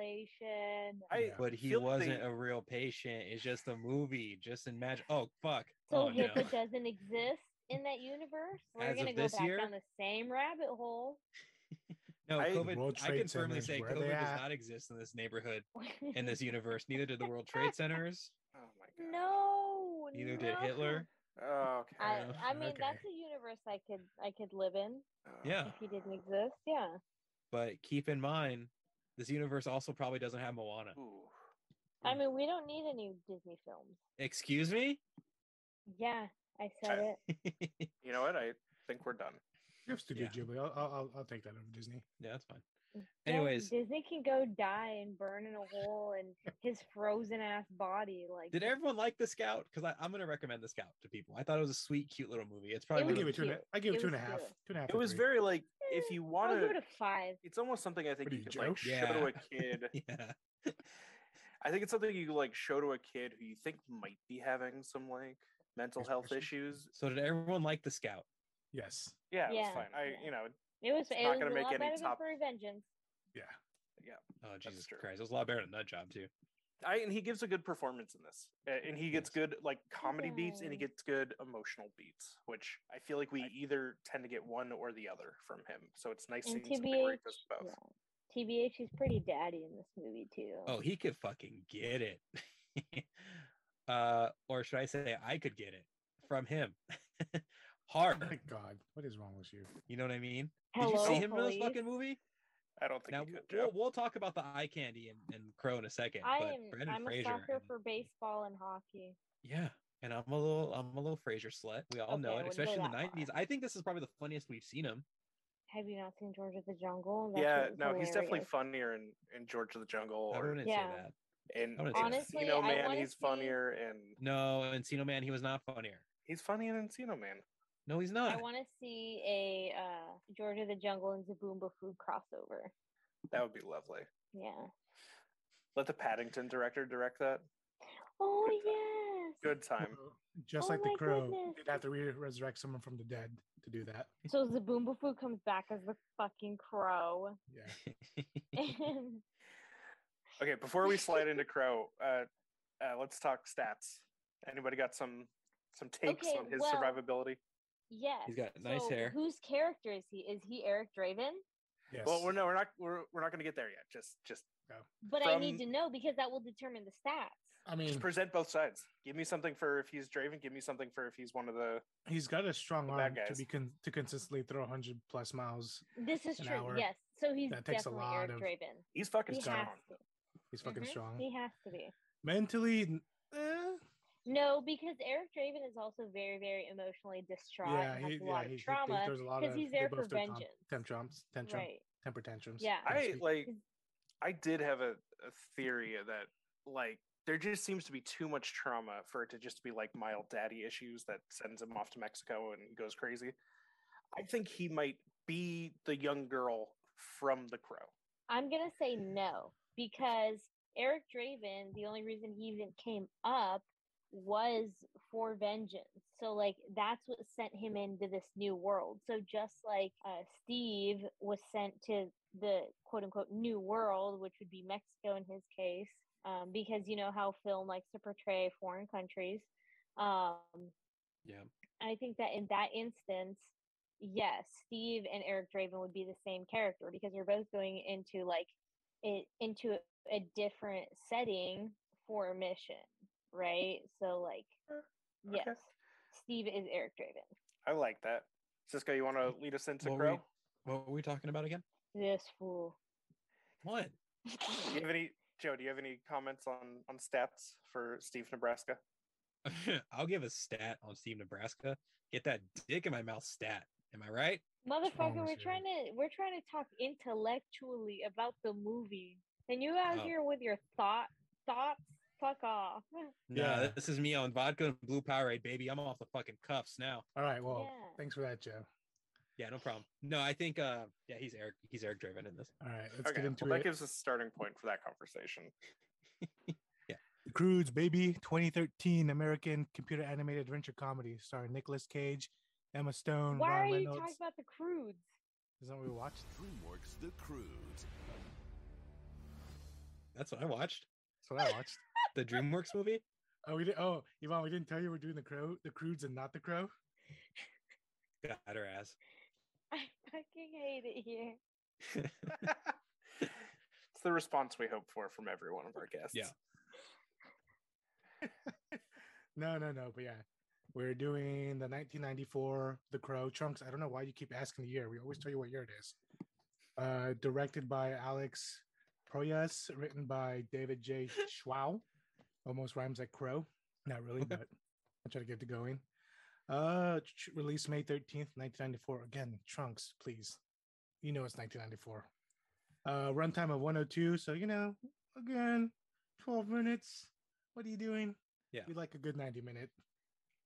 S4: violation.
S5: I
S6: Yeah.
S3: but he
S5: feel like
S3: wasn't
S5: they-
S3: a real patient. It's just a movie. Just imagine. Oh fuck.
S4: So
S3: oh no.
S4: HIPAA doesn't exist in that universe. We're
S3: As of
S4: gonna go
S3: this
S4: back
S3: year?
S4: down the same rabbit hole.
S3: No,
S5: I-
S3: COVID.
S6: World
S3: I
S6: Trade
S3: can firmly
S6: Centers,
S3: say
S6: where they
S3: COVID
S6: at?
S3: does not exist in this neighborhood, in this universe. Neither did the World Trade Centers.
S5: Oh my god.
S4: no.
S3: Neither did
S4: no.
S3: Hitler.
S5: Oh, okay.
S4: I,
S3: Yeah,
S4: I mean
S6: okay.
S4: that's a universe I could I could live in
S5: Oh.
S3: Yeah.
S4: if he didn't exist. Yeah.
S3: But keep in mind, this universe also probably doesn't have Moana.
S5: Ooh.
S4: I
S3: Hmm.
S4: mean we don't need any Disney films.
S3: Excuse me.
S4: Yeah, I said
S5: Okay.
S4: it.
S3: yeah,
S5: You know what? I think we're done.
S6: You have Studio
S3: Yeah.
S6: Ghibli. I'll, I'll I'll- I'll take that over Disney.
S3: that's fine.
S4: Yeah,
S3: Anyways.
S4: Disney can go die and burn in a hole and his frozen ass body. Like,
S3: Did everyone like the Scout? Because I'm going to recommend the Scout to people. I thought it was a sweet, cute little movie. It's probably
S6: I
S4: It
S3: one
S6: would
S3: of
S6: give
S3: the-
S6: it two and a,
S4: cute.
S6: I give it
S4: It
S6: two and a
S4: was
S6: half.
S4: cute.
S6: Two and a half.
S5: It was very like if you want
S4: Eh, I'll give it
S5: to.
S4: a five.
S5: It's almost something I think
S6: What are
S5: you
S6: you,
S5: could like
S6: Joe?
S5: show to
S3: Yeah.
S5: a kid.
S3: yeah.
S5: I think it's something you like show to a kid who you think might be having some like mental
S6: Here's a
S5: health
S6: question.
S5: issues.
S3: So did everyone like the Scout?
S6: yes.
S5: Yeah,
S4: Yeah,
S5: it's fine. I
S4: yeah.
S5: you know
S4: It was.
S5: It's
S4: it
S5: not
S4: was
S5: gonna
S4: a
S5: make
S4: lot
S5: any
S4: better than
S5: top-
S4: for Vengeance.
S6: Yeah.
S3: Oh Jesus
S5: true.
S3: Christ! It was a lot better than Nut Job too.
S5: I and he gives a good performance in this, A- and he gets
S3: Yes.
S5: good like comedy beats, and he
S4: Yeah.
S5: gets good emotional beats, which I feel like we either tend to get one or the other from him. So it's nice
S4: And
S5: seeing something where he
S4: TBH,
S5: does both.
S4: Yeah. TBH, he's pretty daddy in this movie too.
S3: Oh, he could fucking get it. uh, or should I say, I could get it from him.
S6: Oh my
S3: Hard.
S6: God, what is wrong with you?
S3: You know what I mean?
S4: Hello,
S3: Did you see him
S4: police.
S3: in this fucking movie?
S5: I don't think
S3: Now
S5: he could,
S3: we'll,
S5: Joe.
S3: we'll talk about the eye candy and, and Crow in a second.
S4: I
S3: but
S4: am.
S3: Brendan
S4: I'm
S3: Fraser
S4: a sucker
S3: and-
S4: for baseball and hockey.
S3: Yeah. And I'm a little I'm a little Fraser slut. We all know
S4: Okay,
S3: it,
S4: I wouldn't go
S3: especially in the
S4: that far.
S3: nineties. I think this is probably the funniest we've seen him.
S4: Have you not seen George of the Jungle? That
S5: yeah,
S4: shit was
S5: no, he's definitely
S4: hilarious.
S5: funnier in, in George of the Jungle
S3: I
S5: or
S3: wouldn't
S4: Yeah.
S3: say that.
S5: in
S3: I wouldn't say that.
S4: Honestly,
S5: Encino
S4: I
S5: Man.
S4: wanna
S5: He's
S4: see-
S5: funnier and
S3: No, Encino Man, he was not funnier.
S5: he's funny in Encino Man.
S3: No, he's not.
S4: I want to see a uh, George of the Jungle and Zaboomba Food crossover.
S5: That would be lovely.
S4: Yeah.
S5: Let the Paddington director direct that.
S4: Oh
S5: Good time.
S4: yes.
S5: Good time.
S6: Well, Just
S4: Oh
S6: like the
S4: my
S6: crow,
S4: goodness.
S6: they'd have to re- resurrect someone from the dead to do that.
S4: So Zaboomba Food comes back as the fucking crow.
S6: Yeah.
S4: And
S5: Okay, before we slide into Crow, uh, uh, let's talk stats. Anybody got some some takes
S4: Okay,
S5: on his
S4: well-
S5: survivability?
S4: yes.
S3: got nice
S4: so
S3: hair.
S4: Whose character is he? Is he Eric Draven?
S6: Yes.
S5: Well, we're no, we're not we're, we're not going to get there yet. Just just
S4: But I need to
S5: From-
S4: know because that will determine the stats.
S6: I mean,
S5: just present both sides. Give me something for if he's Draven. Give me something for if he's one of the.
S6: he's got a strong
S5: the
S6: arm
S5: bad
S6: to
S5: guys.
S6: be con- to consistently throw 100 plus miles.
S4: This is
S6: An
S4: true.
S6: hour.
S4: Yes. So he's
S6: That takes a
S4: definitely
S6: lot
S4: Eric
S6: of-
S4: Draven.
S5: He's fucking
S4: He
S5: strong.
S4: has to.
S6: He's fucking
S4: Mhm.
S6: strong.
S4: He has to be.
S6: Mentally, n- eh,
S4: No, because Eric Draven is also very, very emotionally distraught
S6: yeah,
S4: and
S6: he,
S4: has a
S6: yeah,
S4: lot
S6: he,
S4: of
S6: he-
S4: trauma.
S6: there's a lot
S4: 'cause
S6: of
S4: he's there
S6: they
S4: for
S6: both throw tom-
S4: vengeance.
S6: Tantrums, tantrum,
S4: Right.
S6: temper tantrums.
S4: Yeah.
S6: so to
S5: I
S6: speak.
S5: like. I did have a, a theory that like there just seems to be too much trauma for it to just be like mild daddy issues that sends him off to Mexico and he goes crazy. I think he might be the young girl from The Crow.
S4: I'm gonna say no because Eric Draven, the only reason he even came up was for vengeance. So like that's what sent him into this new world. So just like uh, Steve was sent to the quote unquote new world, which would be Mexico in his case, um, because you know how film likes to portray foreign countries. Um,
S3: Yeah.
S4: I think that in that instance, yes, Steve and Eric Draven would be the same character because they're both going into like it into a different setting for a mission, right? So like
S5: Sure. Okay.
S4: yes. Steve is Eric Draven.
S5: I like that. Cisco, you want to lead us into
S3: Well,
S5: Crow?
S3: What were we talking about again?
S4: This fool.
S3: What?
S5: Do you have any Joe? Do you have any comments on on stats for Steve Nebraska?
S3: I'll give a stat on Steve Nebraska. Get that dick in my mouth stat. Am I right?
S4: Motherfucker,
S6: with
S4: we're
S6: you?
S4: trying to we're trying to talk intellectually about the movie. And you out
S3: Oh.
S4: here with your thought thoughts, fuck off.
S3: Yeah.
S6: Yeah.
S3: this is me on vodka and blue Powerade, baby. I'm off the fucking cuffs now.
S6: All right. Well,
S4: Yeah.
S6: thanks for that, Joe.
S3: Yeah, no problem. No, I think uh yeah, he's Eric he's Eric Draven in this.
S6: All right, let's
S5: okay,
S6: get into
S5: well, that
S6: it.
S5: gives us a starting point for that conversation.
S6: Crudes, baby, 2013 American computer animated adventure comedy starring Nicolas Cage, Emma Stone,
S4: Why are
S6: Ryan
S4: you
S6: Reynolds.
S4: talking about the crudes?
S6: Is that what we watched?
S10: DreamWorks The Crude.
S3: That's what I watched.
S6: That's what I watched.
S3: The DreamWorks movie?
S6: Oh, we did. Oh, Yvonne, we didn't tell you we're doing the crow, the Crudes, and not the crow.
S3: Got her ass.
S4: I fucking hate it here.
S5: it's the response we hope for from every one of our guests.
S3: Yeah.
S6: No, no, no. But yeah, we're doing the 1994 The Crow. Trunks. I don't know why you keep asking the year. We always tell you what year it is. Uh, directed by Alex Proyas, written by David J. Schwau. Almost rhymes like crow. Not really, but I'll try to get it going. Uh, tr- released May 13th, 1994. Again, Trunks, please. You know it's 1994. Uh, runtime of 102. So, you know, again, 12 minutes. What are you doing?
S3: Yeah.
S6: We like a good 90 minute.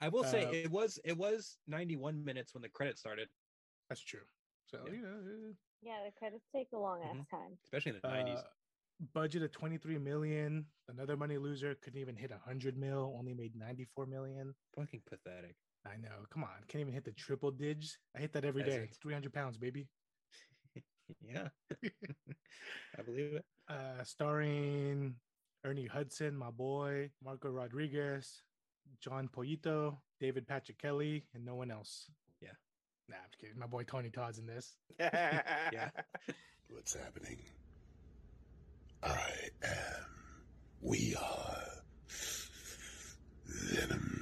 S3: I will say
S6: Uh,
S3: it was it was 91 minutes when the credits started,
S6: That's true. So,
S3: Yeah.
S6: you know,
S4: Yeah, the credits take a long ass time.
S3: especially in the
S6: uh,
S3: 90s.
S6: budget of 23 million. Another money loser couldn't even hit 100 mil, only made 94 million.
S3: Fucking pathetic.
S6: I know. Come on. Can't even hit the triple digs. I hit that every day.
S3: Peasant.
S6: 300 pounds, baby.
S3: Yeah. I believe it.
S6: uh, starring Ernie Hudson, my boy, Marco Rodriguez, John Poyito, David Patrick Kelly, and no one else.
S3: Yeah.
S6: Nah, I'm just kidding. My boy Tony Todd's in this.
S5: yeah.
S10: What's happening? I am. We are. Venom.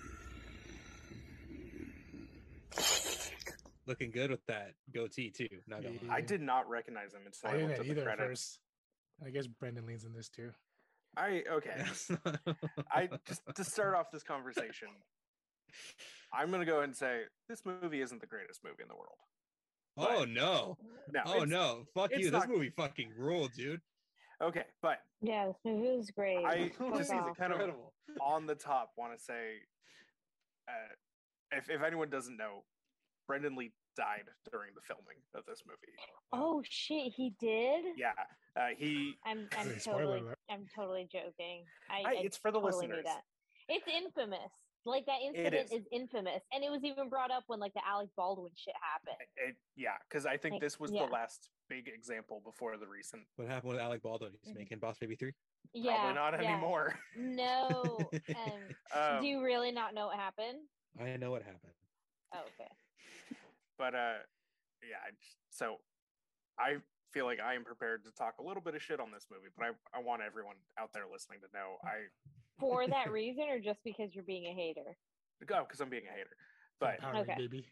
S3: Looking good with that goatee too. Not gonna lie.
S5: I did not recognize him until
S6: I
S5: I, looked
S6: didn't
S5: at the
S6: either at
S5: credits.
S6: first. I guess Brendan Lee's in this too.
S5: I okay. I just to start off this conversation, I'm gonna go ahead and say this movie isn't the greatest movie in the world.
S3: Oh no.
S5: No,
S3: Oh
S5: it's-
S3: no. Fuck
S5: it's
S3: you. This
S5: not-
S3: movie fucking ruled, dude.
S5: Okay, but
S4: Yeah, this movie was great.
S5: I
S4: Fuck
S5: just
S4: off.
S5: kind of on the top want to say, uh, if if anyone doesn't know, Brendan Lee died during the filming of this movie.
S4: Oh shit, he did.
S5: Yeah, uh, he.
S4: I'm I'm
S6: Hey, spoiler
S4: totally
S6: alert.
S4: I'm totally joking. I,
S5: I,
S4: I
S5: it's for the
S4: totally knew
S5: listeners.
S4: that. It's infamous. Like that incident
S5: is.
S4: is. infamous, and it was even brought up when like the Alec Baldwin shit happened.
S5: It, yeah, because I think
S4: Like,
S5: this was
S4: yeah.
S5: the last big example before the recent.
S3: What happened with Alec Baldwin? He's making Boss Baby 3.
S4: Yeah,
S5: Probably not
S4: yeah.
S5: anymore.
S4: No. Um,
S5: Um,
S4: do you really not know what happened?
S3: I know what happened.
S4: Oh, okay.
S5: but uh, yeah. I just- So I feel like I am prepared to talk a little bit of shit on this movie, but I I want everyone out there listening to know I
S4: For that reason, or just because you're being a hater?
S5: go because oh, I'm being a hater.
S6: Some
S5: But
S6: Power Ranger,
S4: Okay.
S6: baby.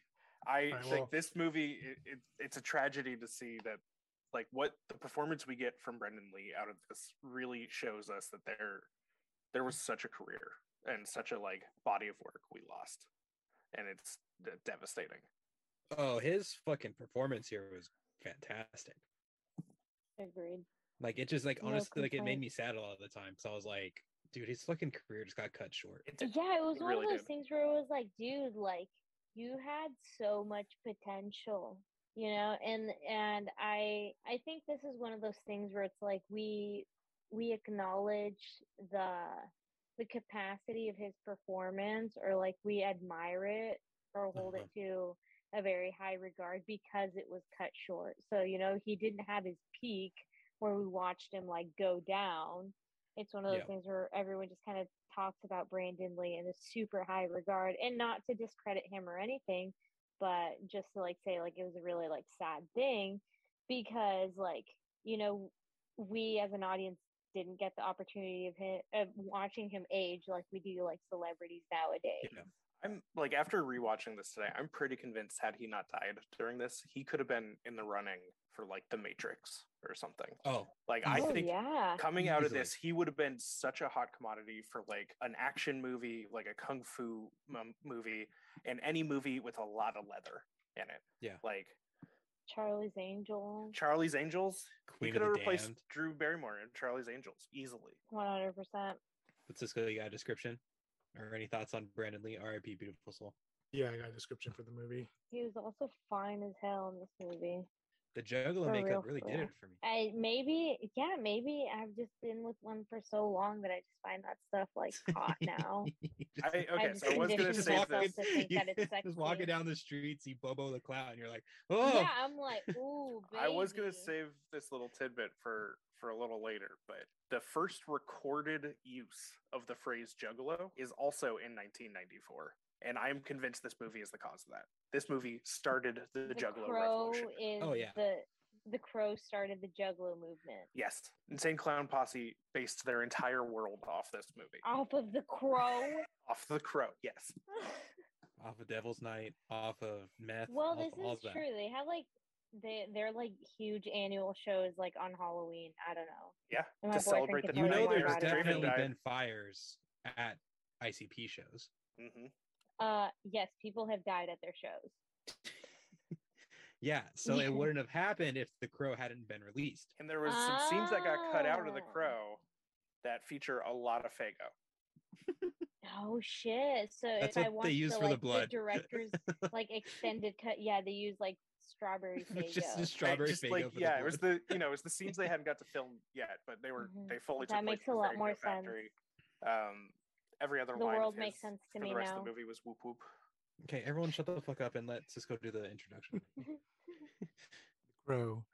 S5: I
S6: Alright,
S5: think
S6: well-
S5: this movie it, it, it's a tragedy to see that like what the performance we get from Brendan Lee out of this really shows us that there there was such a career and such a like body of work we lost and it's d- devastating.
S3: Oh, his fucking performance here was fantastic.
S4: Agreed.
S3: Like it just like
S4: No
S3: honestly, like it made
S4: complaint.
S3: me sad a lot of the time. So I was like, dude, his fucking career just got cut short.
S5: It's
S4: Yeah, it was
S5: It
S4: one
S5: really
S4: of those
S5: did.
S4: things where it was like, dude, like you had so much potential, you know, and and I I think this is one of those things where it's like we we acknowledge the the capacity of his performance or like we admire it or hold it to a very high regard because it was cut short. So, you know, he didn't have his peak where we watched him like go down. It's one of those
S3: Yeah.
S4: things where everyone just kind of talks about Brandon Lee in a super high regard and not to discredit him or anything, but just to like say like it was a really like sad thing because like, you know, we as an audience didn't get the opportunity of him of watching him age like we do like celebrities nowadays.
S3: Yeah.
S5: I'm like after rewatching this today, I'm pretty convinced had he not died during this, he could have been in the running for like The Matrix or something.
S3: Oh,
S5: Like I
S4: oh,
S5: think
S4: yeah.
S5: coming out of
S3: Easily.
S5: this, he would have been such a hot commodity for like an action movie, like a kung fu m- movie, and any movie with a lot of leather in it.
S3: Yeah.
S5: like
S4: Charlie's Angel.
S5: Charlie's Angels.
S3: Queen
S5: he
S3: of
S5: could have
S3: the
S5: replaced
S3: Damned.
S5: Drew Barrymore in Charlie's Angels easily.
S4: One hundred percent.
S3: Francisco, you got a description or any thoughts on Brandon Lee? R.I.P. Beautiful Soul.
S6: Yeah, I got a description for the movie.
S4: He was also fine as hell in this movie.
S3: The juggler
S4: For real,
S3: makeup really
S4: for
S3: did
S4: real.
S3: it for me.
S4: I maybe yeah, maybe I've just been with one for so long that I just find that stuff like hot now.
S5: I, okay,
S4: just
S5: so I was
S4: conditioned
S5: gonna
S4: Just
S5: say
S4: myself
S5: this.
S4: to think
S3: you-
S4: that it's
S3: just walking
S4: sexy.
S3: down the street, see Bobo the clown, you're like, oh,
S4: Yeah, I'm like, ooh, baby.
S5: I was gonna save this little tidbit for for a little later, but the first recorded use of the phrase "juggalo" is also in 1994, and I'm convinced this movie is the cause of that. This movie started the,
S4: the
S5: juggalo
S4: crow
S5: revolution.
S4: is
S3: Oh, yeah.
S4: the the crow started the juggalo movement
S5: Yes, Insane Clown Posse based their entire world off this movie,
S4: off of the crow.
S5: off The Crow. Yes,
S3: off of Devil's Night, off of meth.
S4: well,
S3: off
S4: this
S3: of all
S4: is
S3: that.
S4: true. They have like they they're like huge annual shows like on Halloween. I don't know.
S5: yeah,
S4: And my
S5: to celebrate
S4: boyfriend
S5: the
S4: could
S3: You
S4: Tell
S3: know,
S4: me
S3: there's
S4: about it.
S3: definitely been fires at ICP shows.
S5: hmm
S4: Uh, yes, people have died at their shows.
S3: Yeah, so
S4: Yeah.
S3: it wouldn't have happened if The Crow hadn't been released.
S5: And there was some scenes that got cut out of The
S4: Ah.
S5: Crow that feature a lot of Fago.
S4: Oh shit! So
S3: That's
S4: if I
S3: what they
S4: watched
S3: use
S4: the,
S3: for the
S4: like,
S3: blood.
S4: director's like extended cut, yeah, they use like strawberry
S3: It's just
S4: Faygo.
S3: a strawberry
S5: just
S3: fake
S5: like
S3: over the
S5: yeah, it was
S3: board.
S5: the you know it was the scenes they hadn't got to film yet, but they were
S4: Mhm.
S5: they fully
S4: That
S5: took place
S4: makes
S5: in
S4: a
S5: the
S4: lot
S5: Fairy
S4: more
S5: Tale Factory. Um, every other
S4: The
S5: line of
S4: world
S5: his
S4: makes sense to
S5: for
S4: me
S5: the rest
S4: now.
S5: of the movie was whoop whoop.
S3: Okay, everyone shut the fuck up and let Cisco do the introduction.
S6: Crow,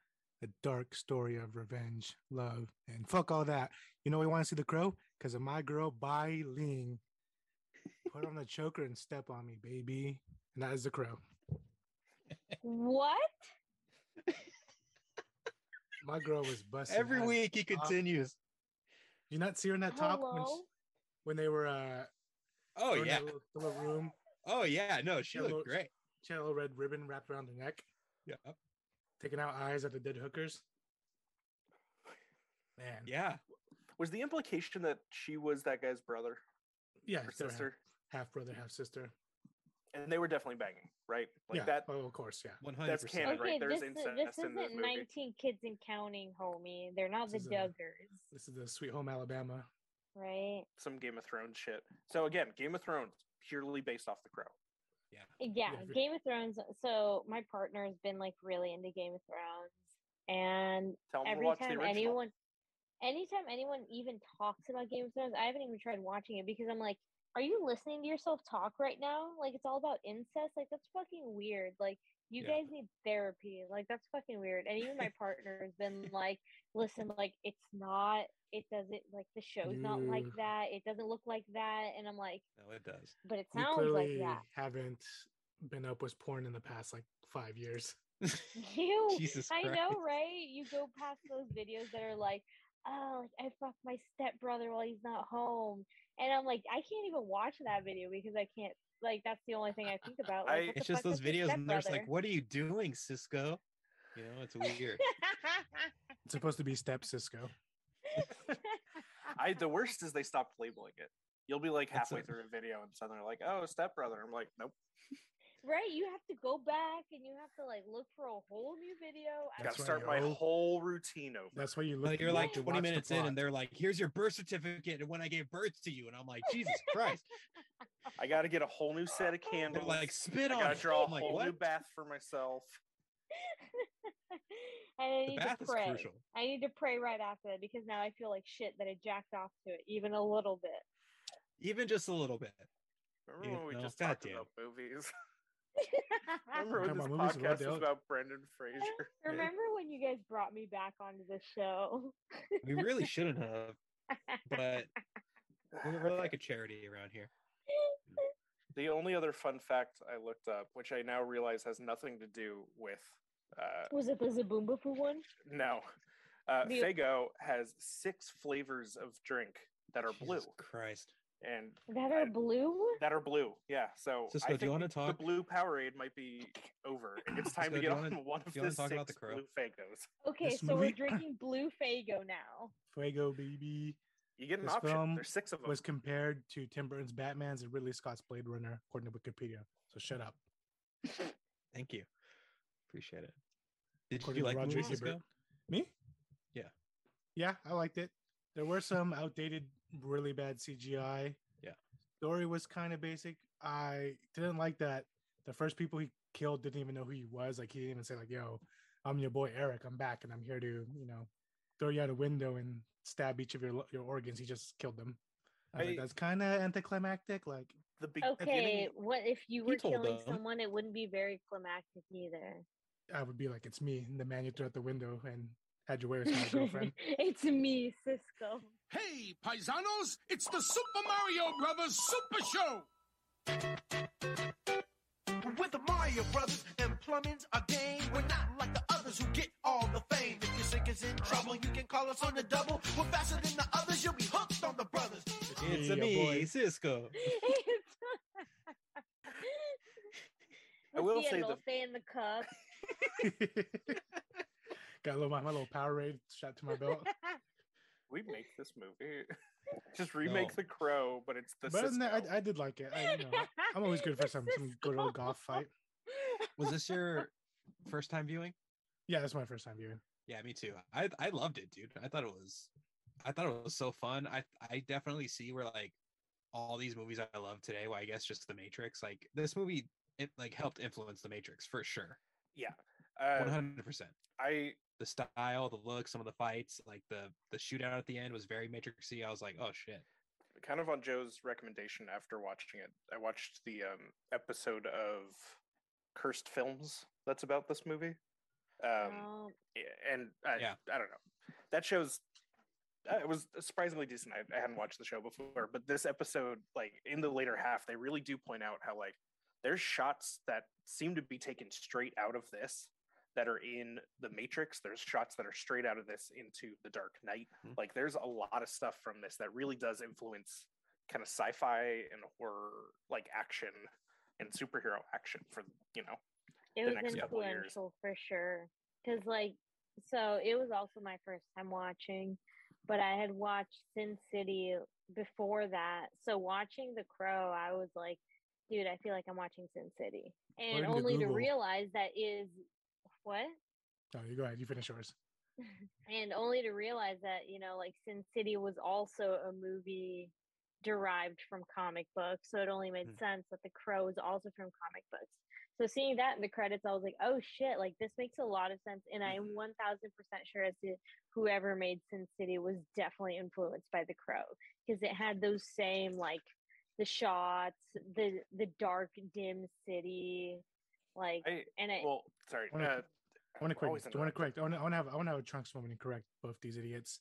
S6: a dark story of revenge, love, and fuck all that. You know, we want to see the crow because of my girl, Bai Ling. Put on the choker and step on me, baby. And that is the crow.
S4: what?
S6: My girl was busted.
S3: Every week he continues.
S6: You not see her in that top when,
S4: Hello?
S6: she- when they were uh
S3: Oh
S6: her in
S3: yeah.
S6: that little, the little room.
S3: Oh yeah. No, she
S6: Yeah,
S3: looked
S6: look-
S3: great.
S6: She had a little red ribbon wrapped around her neck,
S3: Yeah.
S6: taking out eyes at the dead hookers. Man, yeah,
S3: Yeah.
S5: Was the implication that she was that guy's brother
S6: yeah,
S5: or
S6: they were half-
S5: sister?
S6: half brother, half sister.
S5: And they were definitely banging, right? Like
S6: yeah,
S5: that.
S6: Oh, of course, yeah.
S3: One hundred
S5: canon.
S3: percent.
S5: right,
S4: Okay,
S5: there's
S4: this, is,
S5: incest
S4: this
S5: in
S4: isn't
S5: this movie.
S4: 19 kids and counting, homie. They're not
S6: This is
S4: the
S6: a-
S4: Duggars,
S6: This is the Sweet Home Alabama.
S4: right?
S5: Some Game of Thrones shit. So again, Game of Thrones purely based off the Crow.
S4: Yeah,
S6: Yeah, if-
S4: Game of Thrones. So my partner's been like really into Game of Thrones, and
S5: Tell them to
S4: every
S5: watch the
S4: time
S5: original.
S4: anyone anytime anyone even talks about Game of Thrones, I haven't even tried watching it because I'm like, are you listening to yourself talk right now? Like it's all about incest. Like that's fucking weird. Like you
S3: Yeah.
S4: guys need therapy. Like that's fucking weird. And even my partner has been like, listen, like it's not it doesn't like the show's not like
S6: You-
S4: that. It doesn't look like that. And I'm like,
S3: No, it does.
S4: but it
S6: you
S4: sounds like
S6: clearly
S4: that.
S6: haven't been up with porn in the past like five years.
S4: You
S3: Jesus
S4: I
S3: Christ.
S4: know, right? You go past those videos that are like, oh, like I fucked my stepbrother while he's not home. And I'm like, I can't even watch that video because I can't, like, that's the only thing I think about. Like,
S5: I-
S4: what the
S3: It's just
S4: fuck
S3: those
S4: was your
S3: videos and they're just like,
S4: stepbrother?
S3: What are you doing, Cisco? You know, it's weird.
S6: It's supposed to be step Cisco.
S5: I the worst is they stopped labeling it. You'll be like
S3: That's
S5: halfway
S3: a-
S5: through a video and suddenly they're like, "Oh, stepbrother." I'm like, "Nope."
S4: right? You have to go back and you have to, like, look for a whole new video. I
S6: That's
S5: Got to
S6: why
S4: don't
S5: start
S6: you
S4: know.
S5: my
S6: al-
S5: whole routine over.
S6: That's why you
S3: But
S6: look.
S3: you're
S6: you
S3: like
S6: have to
S3: 20
S6: watch the
S3: minutes in
S6: plot.
S3: and they're like, here's your birth certificate and when I gave birth to you. And I'm like, Jesus Christ.
S5: I got to get a whole new set of
S3: And they're
S5: candles.
S3: like, spit
S5: I
S3: on
S5: got
S3: it."
S5: to draw a
S3: I'm like,
S5: whole new
S3: what?
S5: bath for myself.
S4: and I
S3: The
S4: need
S3: bath
S4: to
S3: is
S4: pray.
S3: crucial.
S4: I need to pray right after that because now I feel like shit that I jacked off to it, even a little bit.
S3: Even just a little bit.
S5: Remember
S3: You
S5: when we
S3: know,
S5: just talked
S3: goddamn.
S5: about movies? Remember when
S6: Come
S5: this
S6: on, movies are
S5: podcast
S6: well
S5: was
S6: done.
S5: about Brendan Fraser?
S4: Remember when you guys brought me back onto the show?
S3: We really shouldn't have, but we're, we're like a charity around here.
S5: The only other fun fact I looked up, which I now realize has nothing to do with uh,
S4: Was it the Zaboombafu one?
S5: no, uh,
S4: The-
S5: Fago has six flavors of drink that are blue
S3: Jesus Christ.
S5: and
S4: That are
S5: I-
S4: blue?
S5: that are blue. Yeah, so
S3: Cisco,
S5: Oh, I
S3: do
S5: think
S3: you wanna talk-
S5: the blue Powerade might be over. It's
S3: Cisco,
S5: time to
S3: do
S5: get
S3: you
S5: on
S3: wanna-
S5: one of
S3: do you wanna
S5: the six
S3: talk about the crow?
S5: blue Fagos.
S4: Okay,
S6: This
S4: so we're
S6: movie-
S4: drinking blue Fago now.
S6: Fuego Baby
S5: You get an
S6: This
S5: option.
S6: film
S5: There's six of them.
S6: was compared to Tim Burton's Batman's and Ridley Scott's Blade Runner, according to Wikipedia. So shut up.
S3: Thank you. Appreciate it. Did you
S6: According to
S3: like the movie,
S6: Roger Ebert.
S3: Cisco?
S6: Me?
S3: Yeah.
S6: Yeah, I liked it. There were some outdated, really bad CGI.
S3: Yeah.
S6: Story was kind of basic. I didn't like that The first people he killed didn't even know who he was. Like he didn't even say like, "Yo, I'm your boy Eric. I'm back, and I'm here to you know throw you out a window and stab each of your your organs." He just killed them. I was like,
S5: I-
S6: that's kind of anticlimactic. Like
S5: The be- at the
S4: Okay,
S5: beginning,
S4: what if you
S3: He
S4: were
S3: told
S4: killing
S3: them.
S4: someone? It wouldn't be very climactic either.
S6: I would be like, "It's me, the man you threw out the window and had your way with my girlfriend."
S4: it's me, Cisco.
S10: Hey, paisanos, it's the Super Mario Brothers Super Show!
S11: We're the Mario Brothers, and plumbing's our game. We're not like the others who get all the fame. If your sink is in trouble, you can call us on the double. We're faster than the others, you'll be hooked on the brothers.
S3: It's
S6: Yeah,
S3: a me,
S6: boy.
S3: Cisco.
S5: I will
S4: With
S5: say the-
S4: Adolphe in the cup.
S6: Got a little my, my little Powerade shot to my belt.
S5: we make this movie. Just remake
S3: No.
S5: the crow, but it's the.
S6: but other than that,
S5: Cisco.
S6: I, I did like it. I, you know, I'm always good for some, some good old golf fight.
S3: Was this your first time viewing?
S6: Yeah, that's my first time viewing.
S3: Yeah, me too. I I loved it, dude. I thought it was, I thought it was so fun. I I definitely see where like all these movies I love today. Well, I guess just The Matrix. Like this movie, it like helped influence The Matrix for sure, one
S5: uh,
S3: hundred percent.
S5: I
S3: The style, the look, some of the fights, like the the shootout at the end was very Matrixy. I was like, oh shit.
S5: kind of on Joe's recommendation after watching it, I watched the um, episode of Cursed Films that's about this movie. Um,
S4: Oh,
S5: i- And I,
S3: Yeah.
S5: I don't know. That show's. uh, It was surprisingly decent. I, I hadn't watched the show before, but this episode, like in the later half, they really do point out how like there's shots that seem to be taken straight out of this that are in the Matrix. There's shots that are straight out of this into the Dark Knight
S6: Hmm.
S5: like there's a lot of stuff from this that really does influence kind of sci-fi and horror like action and superhero action for you know
S4: it
S5: the
S4: was
S5: next couple years.
S4: influential for sure. Because, like, so it was also my first time watching, but I had watched Sin City before that. So watching The Crow, I was like, dude, I feel like I'm watching Sin City. And
S6: According to
S4: only to
S6: Google-
S4: realize that is what?
S6: No, you go ahead. You finish yours.
S4: and only to realize that you know like sin city was also a movie derived from comic books so it only made
S5: Hmm.
S3: Mm.
S4: sense that the crow is also from comic books so seeing that in the credits i was like oh shit like this makes a lot of sense and i'm 1000%
S5: Mm-hmm.
S4: sure as to whoever made sin city was definitely influenced by the crow because it had those same like the shots the the dark dim city like
S5: I,
S4: and it
S5: well sorry
S6: Wanna-
S5: uh,
S6: I want to
S5: I'm
S6: correct.
S5: always
S6: this. I want to
S5: interrupted.
S6: correct. I want to. I want to have. I want to have a Trunks moment and correct both these idiots.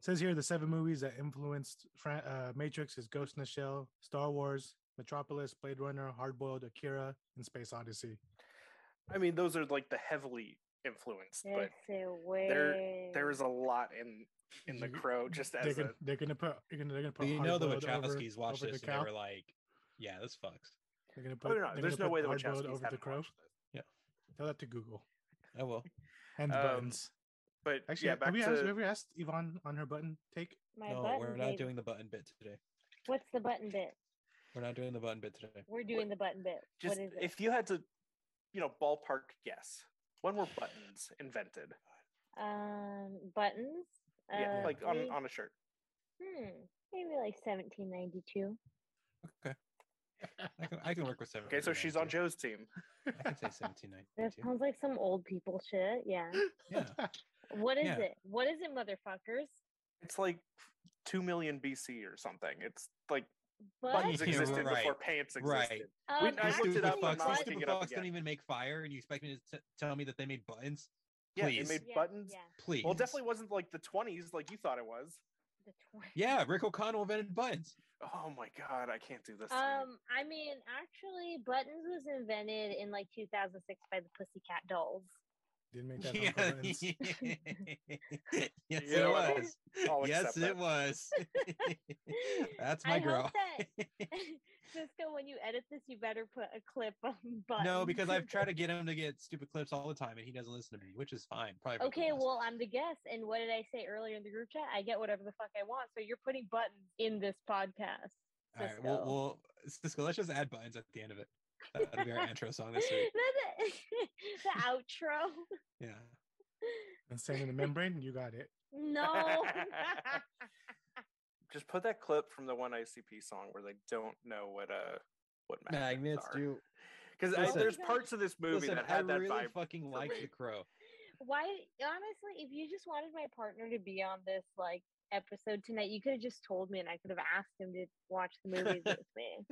S6: It says here the seven movies that influenced Fran- uh, Matrix is Ghost in the Shell, Star Wars, Metropolis, Blade Runner, Hardboiled, Akira, and Space Odyssey.
S5: i mean those are like the heavily influenced but
S4: it's away.
S5: there is a lot in in the
S6: You-
S5: crow just
S6: they're
S5: as
S6: gonna,
S5: a
S6: they're gonna put. They're gonna, they're gonna put.
S3: But you know the
S6: Hard-Boiled over-
S3: Wachowskis watched
S6: over
S3: this
S6: The
S3: and
S6: cow.
S3: they were like, yeah, this fucks.
S6: They're gonna
S5: oh,
S6: put.
S5: no, no,
S6: they're
S5: there's
S6: gonna
S5: no
S6: put
S5: way the
S6: Hardboiled
S5: Wachowskis
S6: over the
S5: haven't
S6: crow.
S5: watched this.
S6: Tell that to Google
S3: I will.
S6: and the
S5: Um,
S6: buttons.
S5: but
S6: Actually,
S5: yeah
S6: have,
S5: back
S6: we
S5: to
S6: asked, have we asked Yvonne on her button take?
S4: my
S3: No,
S4: button
S3: we're not
S4: bit.
S3: doing the button bit today.
S4: what's the button bit
S3: We're not doing the button bit today.
S4: We're doing the button bit.
S5: just
S4: what is it?
S5: if you had to you know ballpark guess when were buttons invented
S4: um, buttons.
S5: yeah
S4: Uh,
S5: like on,
S4: maybe-
S5: on a shirt
S4: hmm, maybe like 1792.
S3: I can, I can work with seven.
S5: okay so she's on joe's team
S3: I can say seventeen
S4: That
S3: ninety two.
S4: sounds like some old people shit. Yeah.
S3: Yeah.
S4: What is
S3: Yeah.
S4: it? What is it, motherfuckers?
S5: it's like 2 million BC or something. It's like
S4: But
S5: buttons
S3: Yeah,
S5: existed
S3: right,
S5: before pants
S3: right.
S5: existed.
S4: um,
S5: when I
S3: These
S5: looked
S4: actually,
S5: it
S3: stupid
S5: up, I'm
S3: fucks,
S5: not
S3: these
S4: what-
S5: looking
S3: stupid
S5: it up
S3: fucks don't
S5: again.
S3: even make fire, and you expect me to t- tell me that they made buttons?
S5: Yeah,
S3: Please.
S5: they made
S4: Yeah,
S5: buttons.
S4: yeah,
S3: Please.
S5: Well, it definitely wasn't like the 20s like you thought it was.
S4: the twen-
S3: Yeah, Rick O'Connell invented buttons.
S5: Oh my god, I can't do this. to you.
S4: Um, I mean, actually, buttons was invented in like 2006 by the Pussycat Dolls.
S6: Didn't make that.
S3: Yeah.
S6: on buttons.
S3: yes,
S5: You know
S3: it
S5: what? I'll-
S3: was.
S5: I'll
S3: yes,
S5: accept that.
S3: it was. That's my
S4: I
S3: girl.
S4: hope that Cisco, when you edit this, you better put a clip on buttons.
S3: No, because I've tried to get him to get stupid clips all the time, and he doesn't listen to me, which is fine. Probably.
S4: Okay,
S3: because-
S4: well, I'm the guest, and what did I say earlier in the group chat? I get whatever the fuck I want. So you're putting buttons in this podcast.
S3: All right, well,
S4: Cisco.
S3: well, Cisco, let's just add buttons at the end of it. That'll be our intro song this week.
S4: the, the outro.
S3: Yeah.
S6: And saying in the membrane, you got it.
S4: No.
S5: Just put that clip from the one ICP song where they don't know what uh what magnets,
S3: Magnets
S5: are.
S3: do.
S5: because
S3: Listen.
S5: there's parts of this movie
S3: Listen,
S5: that
S3: I
S5: had that
S3: really
S5: vibe.
S3: fucking
S5: for
S3: like
S5: me.
S3: The Crow.
S4: Why, honestly, if you just wanted my partner to be on this like episode tonight, you could have just told me, and I could have asked him to watch the movies with me.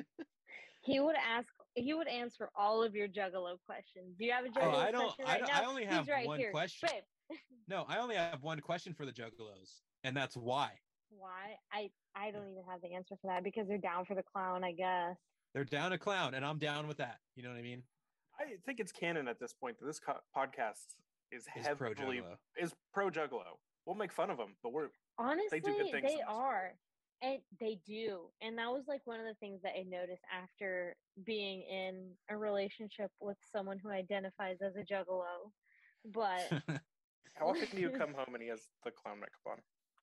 S4: He would ask. He would answer all of your Juggalo questions. Do you have a Juggalo
S3: Oh, I don't-
S4: question
S3: I
S4: right
S3: don't-
S4: now?
S3: I only
S4: He's
S3: have
S4: right
S3: one
S4: here.
S3: question.
S4: Babe,
S3: No, I only have one question for the Juggalos, and that's why
S4: why? I I don't even have the answer for that because they're down for the clown, I guess.
S3: they're down a clown, and I'm down with that. You know what I mean?
S5: I think it's canon at this point that this co- podcast is
S3: Is
S5: heavily
S3: pro Juggalo.
S5: is pro Juggalo. We'll make fun of them, but we're
S4: Honestly,
S5: They do good things in this
S4: they
S5: world.
S4: are. And they do. And that was like one of the things that I noticed after being in a relationship with someone who identifies as a juggalo. But
S5: how often do you come home and he has the clown makeup on?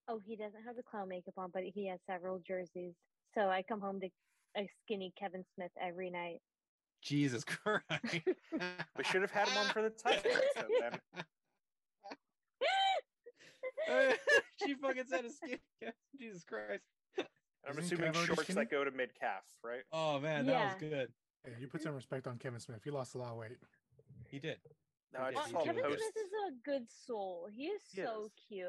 S4: oh, he doesn't have the clown makeup on, but he has several jerseys. So I come home to a skinny Kevin Smith every night.
S3: Jesus Christ!
S5: We should have had him on for the title. episode, then.
S3: she fucking said a skin. Jesus Christ!
S5: I'm
S6: Isn't
S5: assuming
S6: Kev already
S5: shorts
S6: skinny?
S5: that go to mid calf, right?
S3: Oh man, that was good.
S6: Hey, you put some respect on Kevin Smith. He lost a lot of weight.
S3: He did.
S5: No, I
S3: Yeah,
S5: just
S3: he
S5: saw
S3: did
S5: a
S4: Kevin
S3: look
S4: Smith
S5: post.
S3: good.
S4: is a good soul. He is
S5: He
S4: so
S5: is.
S4: cute.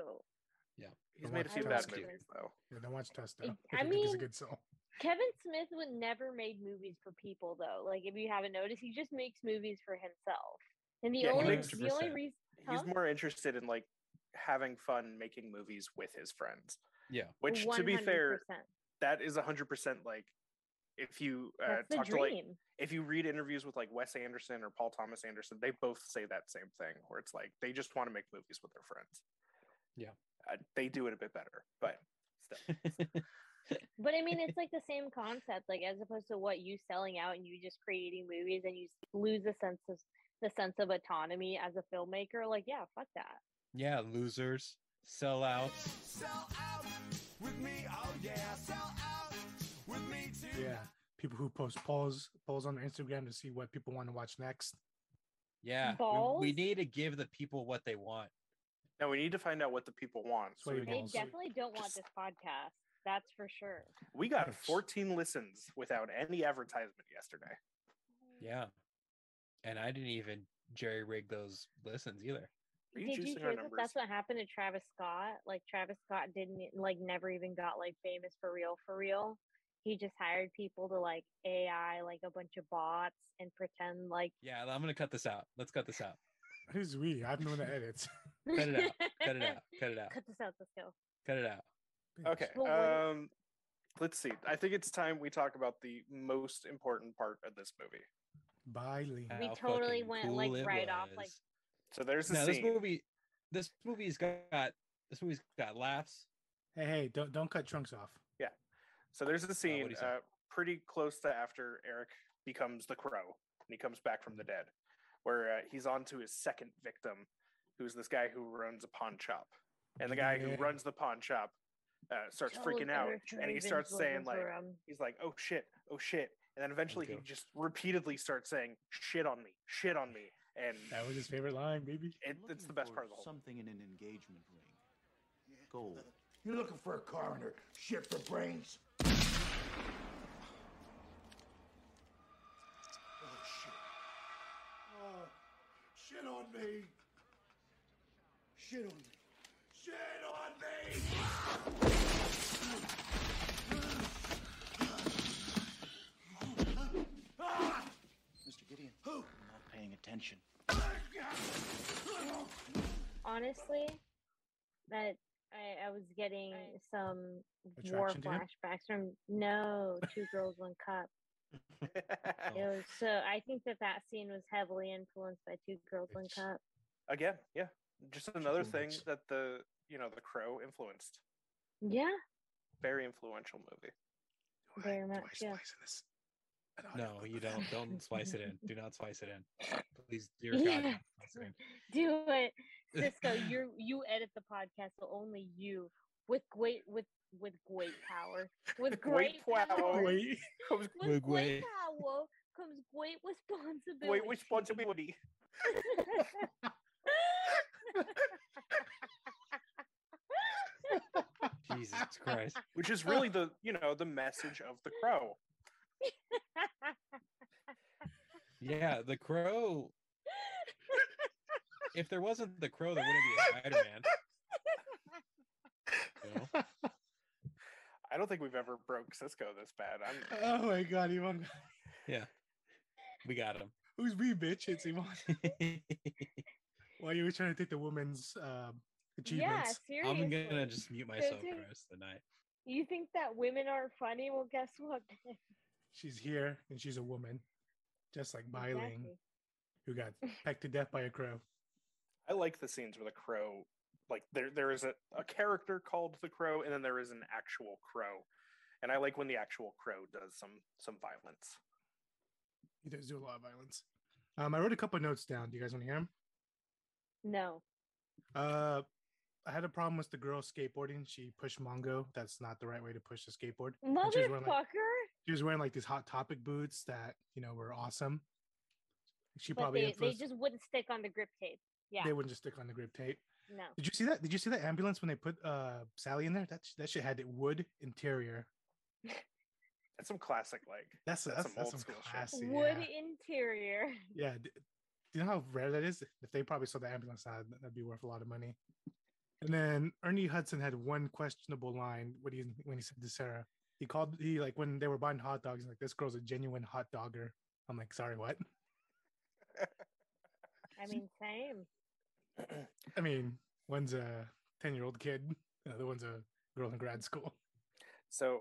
S5: He's
S6: I
S5: made a
S6: watched
S5: few
S6: Tusk.
S5: bad movies though.
S6: Yeah, don't watch Testa.
S4: I-
S6: if
S4: I
S6: you think he's a
S4: mean-
S6: good soul.
S4: Kevin Smith would never made movies for people though. Like if you haven't noticed, he just makes movies for himself. And the
S5: Yeah, he
S4: only
S5: makes-
S4: the only
S3: 100%.
S4: reason
S5: He's
S4: Huh?
S5: more interested in like having fun making movies with his friends.
S3: Yeah.
S5: Which to be fair,
S4: 100%.
S5: that is 100% like if you uh,
S4: that's the
S5: talk to like
S4: dream.
S5: if you read interviews with like Wes Anderson or Paul Thomas Anderson, they both say that same thing, where it's like they just want to make movies with their friends.
S3: Yeah.
S5: uh, they do it a bit better, but still,
S4: But I mean, it's like the same concept, like as opposed to what you selling out and you just creating movies and you s- lose the sense of the sense of autonomy as a filmmaker. Like, yeah, fuck that.
S3: yeah, losers, sellouts.
S11: Sell out with me, oh yeah, sell out with me too.
S6: Yeah. People who post polls polls on Instagram to see what people want to watch next.
S3: Yeah, we-
S4: Balls?
S3: We, need to give the people what they want.
S5: now we need to find out what the people want.
S6: That's what
S5: We-
S6: you
S4: They
S6: balls.
S4: definitely don't want this podcast. That's for sure.
S5: We got 14 listens without any advertisement yesterday.
S3: Yeah, and I didn't even jerry rig those listens either.
S5: Are you
S4: Did you
S5: juicing our
S4: hear that
S5: numbers?
S4: that's what happened to Travis Scott? Like Travis Scott didn't e- like never even got like famous for real for real. He just hired people to like AI like a bunch of bots and pretend like
S3: Yeah, I'm gonna cut this out. Let's cut this out.
S6: Who's we? I'm doing the edits.
S3: Cut it out. Cut it out. Cut it out.
S4: Cut this out, let's go.
S3: Cut it out.
S5: Okay.
S4: Well, what-
S5: Um, let's see. I think it's time we talk about the most important part of this movie.
S6: Bye, Lee.
S4: We
S3: How
S4: totally
S3: fucking
S4: went, like,
S3: it
S4: right off, like-
S3: was.
S5: So there's a
S3: Now this
S5: scene.
S3: movie, this movie's got this movie's got laughs.
S6: Hey, hey, don't don't cut chunks off.
S5: So there's a
S3: what do
S5: scene
S3: you say?
S5: uh, pretty close to after Eric becomes the crow and he comes back from the
S3: Mm-hmm.
S5: dead, where uh, he's on to his second victim, who's this guy who runs a pawn shop. And the guy
S6: Yeah.
S5: who runs the pawn shop uh, starts freaking out and he starts saying, like, he's like, oh shit, oh shit. And then eventually he
S3: go.
S5: just repeatedly starts saying, shit on me, shit on me. And
S6: That was his favorite line, baby.
S5: it, it's the best part of the whole
S11: Something in an engagement ring.
S10: You're looking for a coroner. Shit for brains.
S11: Oh shit. Oh, shit on me. Shit on me. Shit on me.
S7: Mr. Gideon, who? I'm not paying attention.
S4: honestly, that I, I was getting some war
S6: Attraction to him?
S4: flashbacks from no two girls one cup. It
S6: Oh.
S4: was, so I think that that scene was heavily influenced by Two Girls One
S6: It's-
S4: Cup.
S5: Again, yeah. Just another
S6: Chicken
S5: thing
S6: wings.
S5: that the, you know, the crow influenced.
S4: Yeah,
S5: Very influential movie.
S4: very
S6: Do
S4: much.
S6: I
S4: Yeah.
S6: splice in this? An audio
S3: No,
S6: clip
S3: you
S6: of that?
S3: don't. Don't spice it in. Do not spice it in. Please, dear
S4: Yeah.
S3: God. don't spice it
S4: Do it,
S3: in.
S4: Cisco. You you edit the podcast, so only you with great with with great power with great
S5: Great
S4: power
S5: power.
S6: Wait.
S5: Comes
S4: with
S3: With
S4: great
S3: great-
S4: power comes great responsibility.
S5: Wait, responsibility.
S3: Jesus Christ.
S5: Which is really the you know the message of the crow.
S3: Yeah, the crow. if there wasn't the crow, there wouldn't be a Spider Man.
S5: I don't think we've ever broke Cisco this bad. I'm,
S6: Oh my god, Ivan.
S3: Yeah, we got him.
S6: Who's we, bitch? It's Ivan. Why you were trying to take the woman's uh,
S4: yeah,
S6: achievements?
S4: seriously.
S3: I'm gonna just mute myself for
S4: Seriously?
S3: the rest of the night.
S4: You think that women aren't funny? Well, guess what?
S6: She's here and she's a woman, just like Biling,
S4: Exactly.
S6: who got pecked to death by a crow.
S5: I like the scenes where the crow, like there, there is a, a character called the crow, and then there is an actual crow, and I like when the actual crow does some some violence.
S6: He does do a lot of violence. Um, I wrote a couple notes down. Do you guys want to hear them?
S4: No.
S6: Uh, I had a problem with the girl skateboarding. She pushed Mongo. That's not the right way to push the skateboard. And she was wearing, like,
S4: Motherfucker.
S6: she was wearing like these hot topic boots that you know were awesome. She
S4: But
S6: probably
S4: they, they
S6: influenced-
S4: just wouldn't stick on the grip tape. Yeah.
S6: they wouldn't just stick on the grip tape.
S4: no.
S6: Did you see that? Did you see that ambulance when they put uh Sally in there? That sh- that shit had wood interior.
S5: That's some classic, like
S6: That's that's, that's,
S5: some old
S6: some
S5: school shit.
S6: classy.
S4: Wood
S6: Yeah.
S4: interior.
S6: yeah. d- Do you know how rare that is? If they probably sold the ambulance, now, that'd, that'd be worth a lot of money. And then Ernie Hudson had one questionable line when he when he said to Sarah, he called he like when they were buying hot dogs, he's like this girl's a genuine hot dogger. I'm like, sorry, what?
S4: I mean, same.
S6: I mean, one's a ten year old kid, the other one's a girl in grad school.
S5: So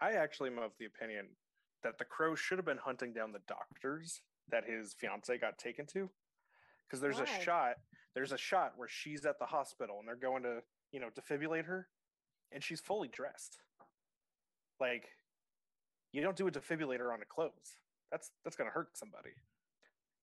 S5: I actually am of the opinion that the crow should have been hunting down the doctors that his fiance got taken to. Because there's
S4: Why?
S5: a shot, there's a shot where she's at the hospital and they're going to, you know, defibrillate her and she's fully dressed. Like you don't do a defibrillator on the clothes. That's that's gonna hurt somebody.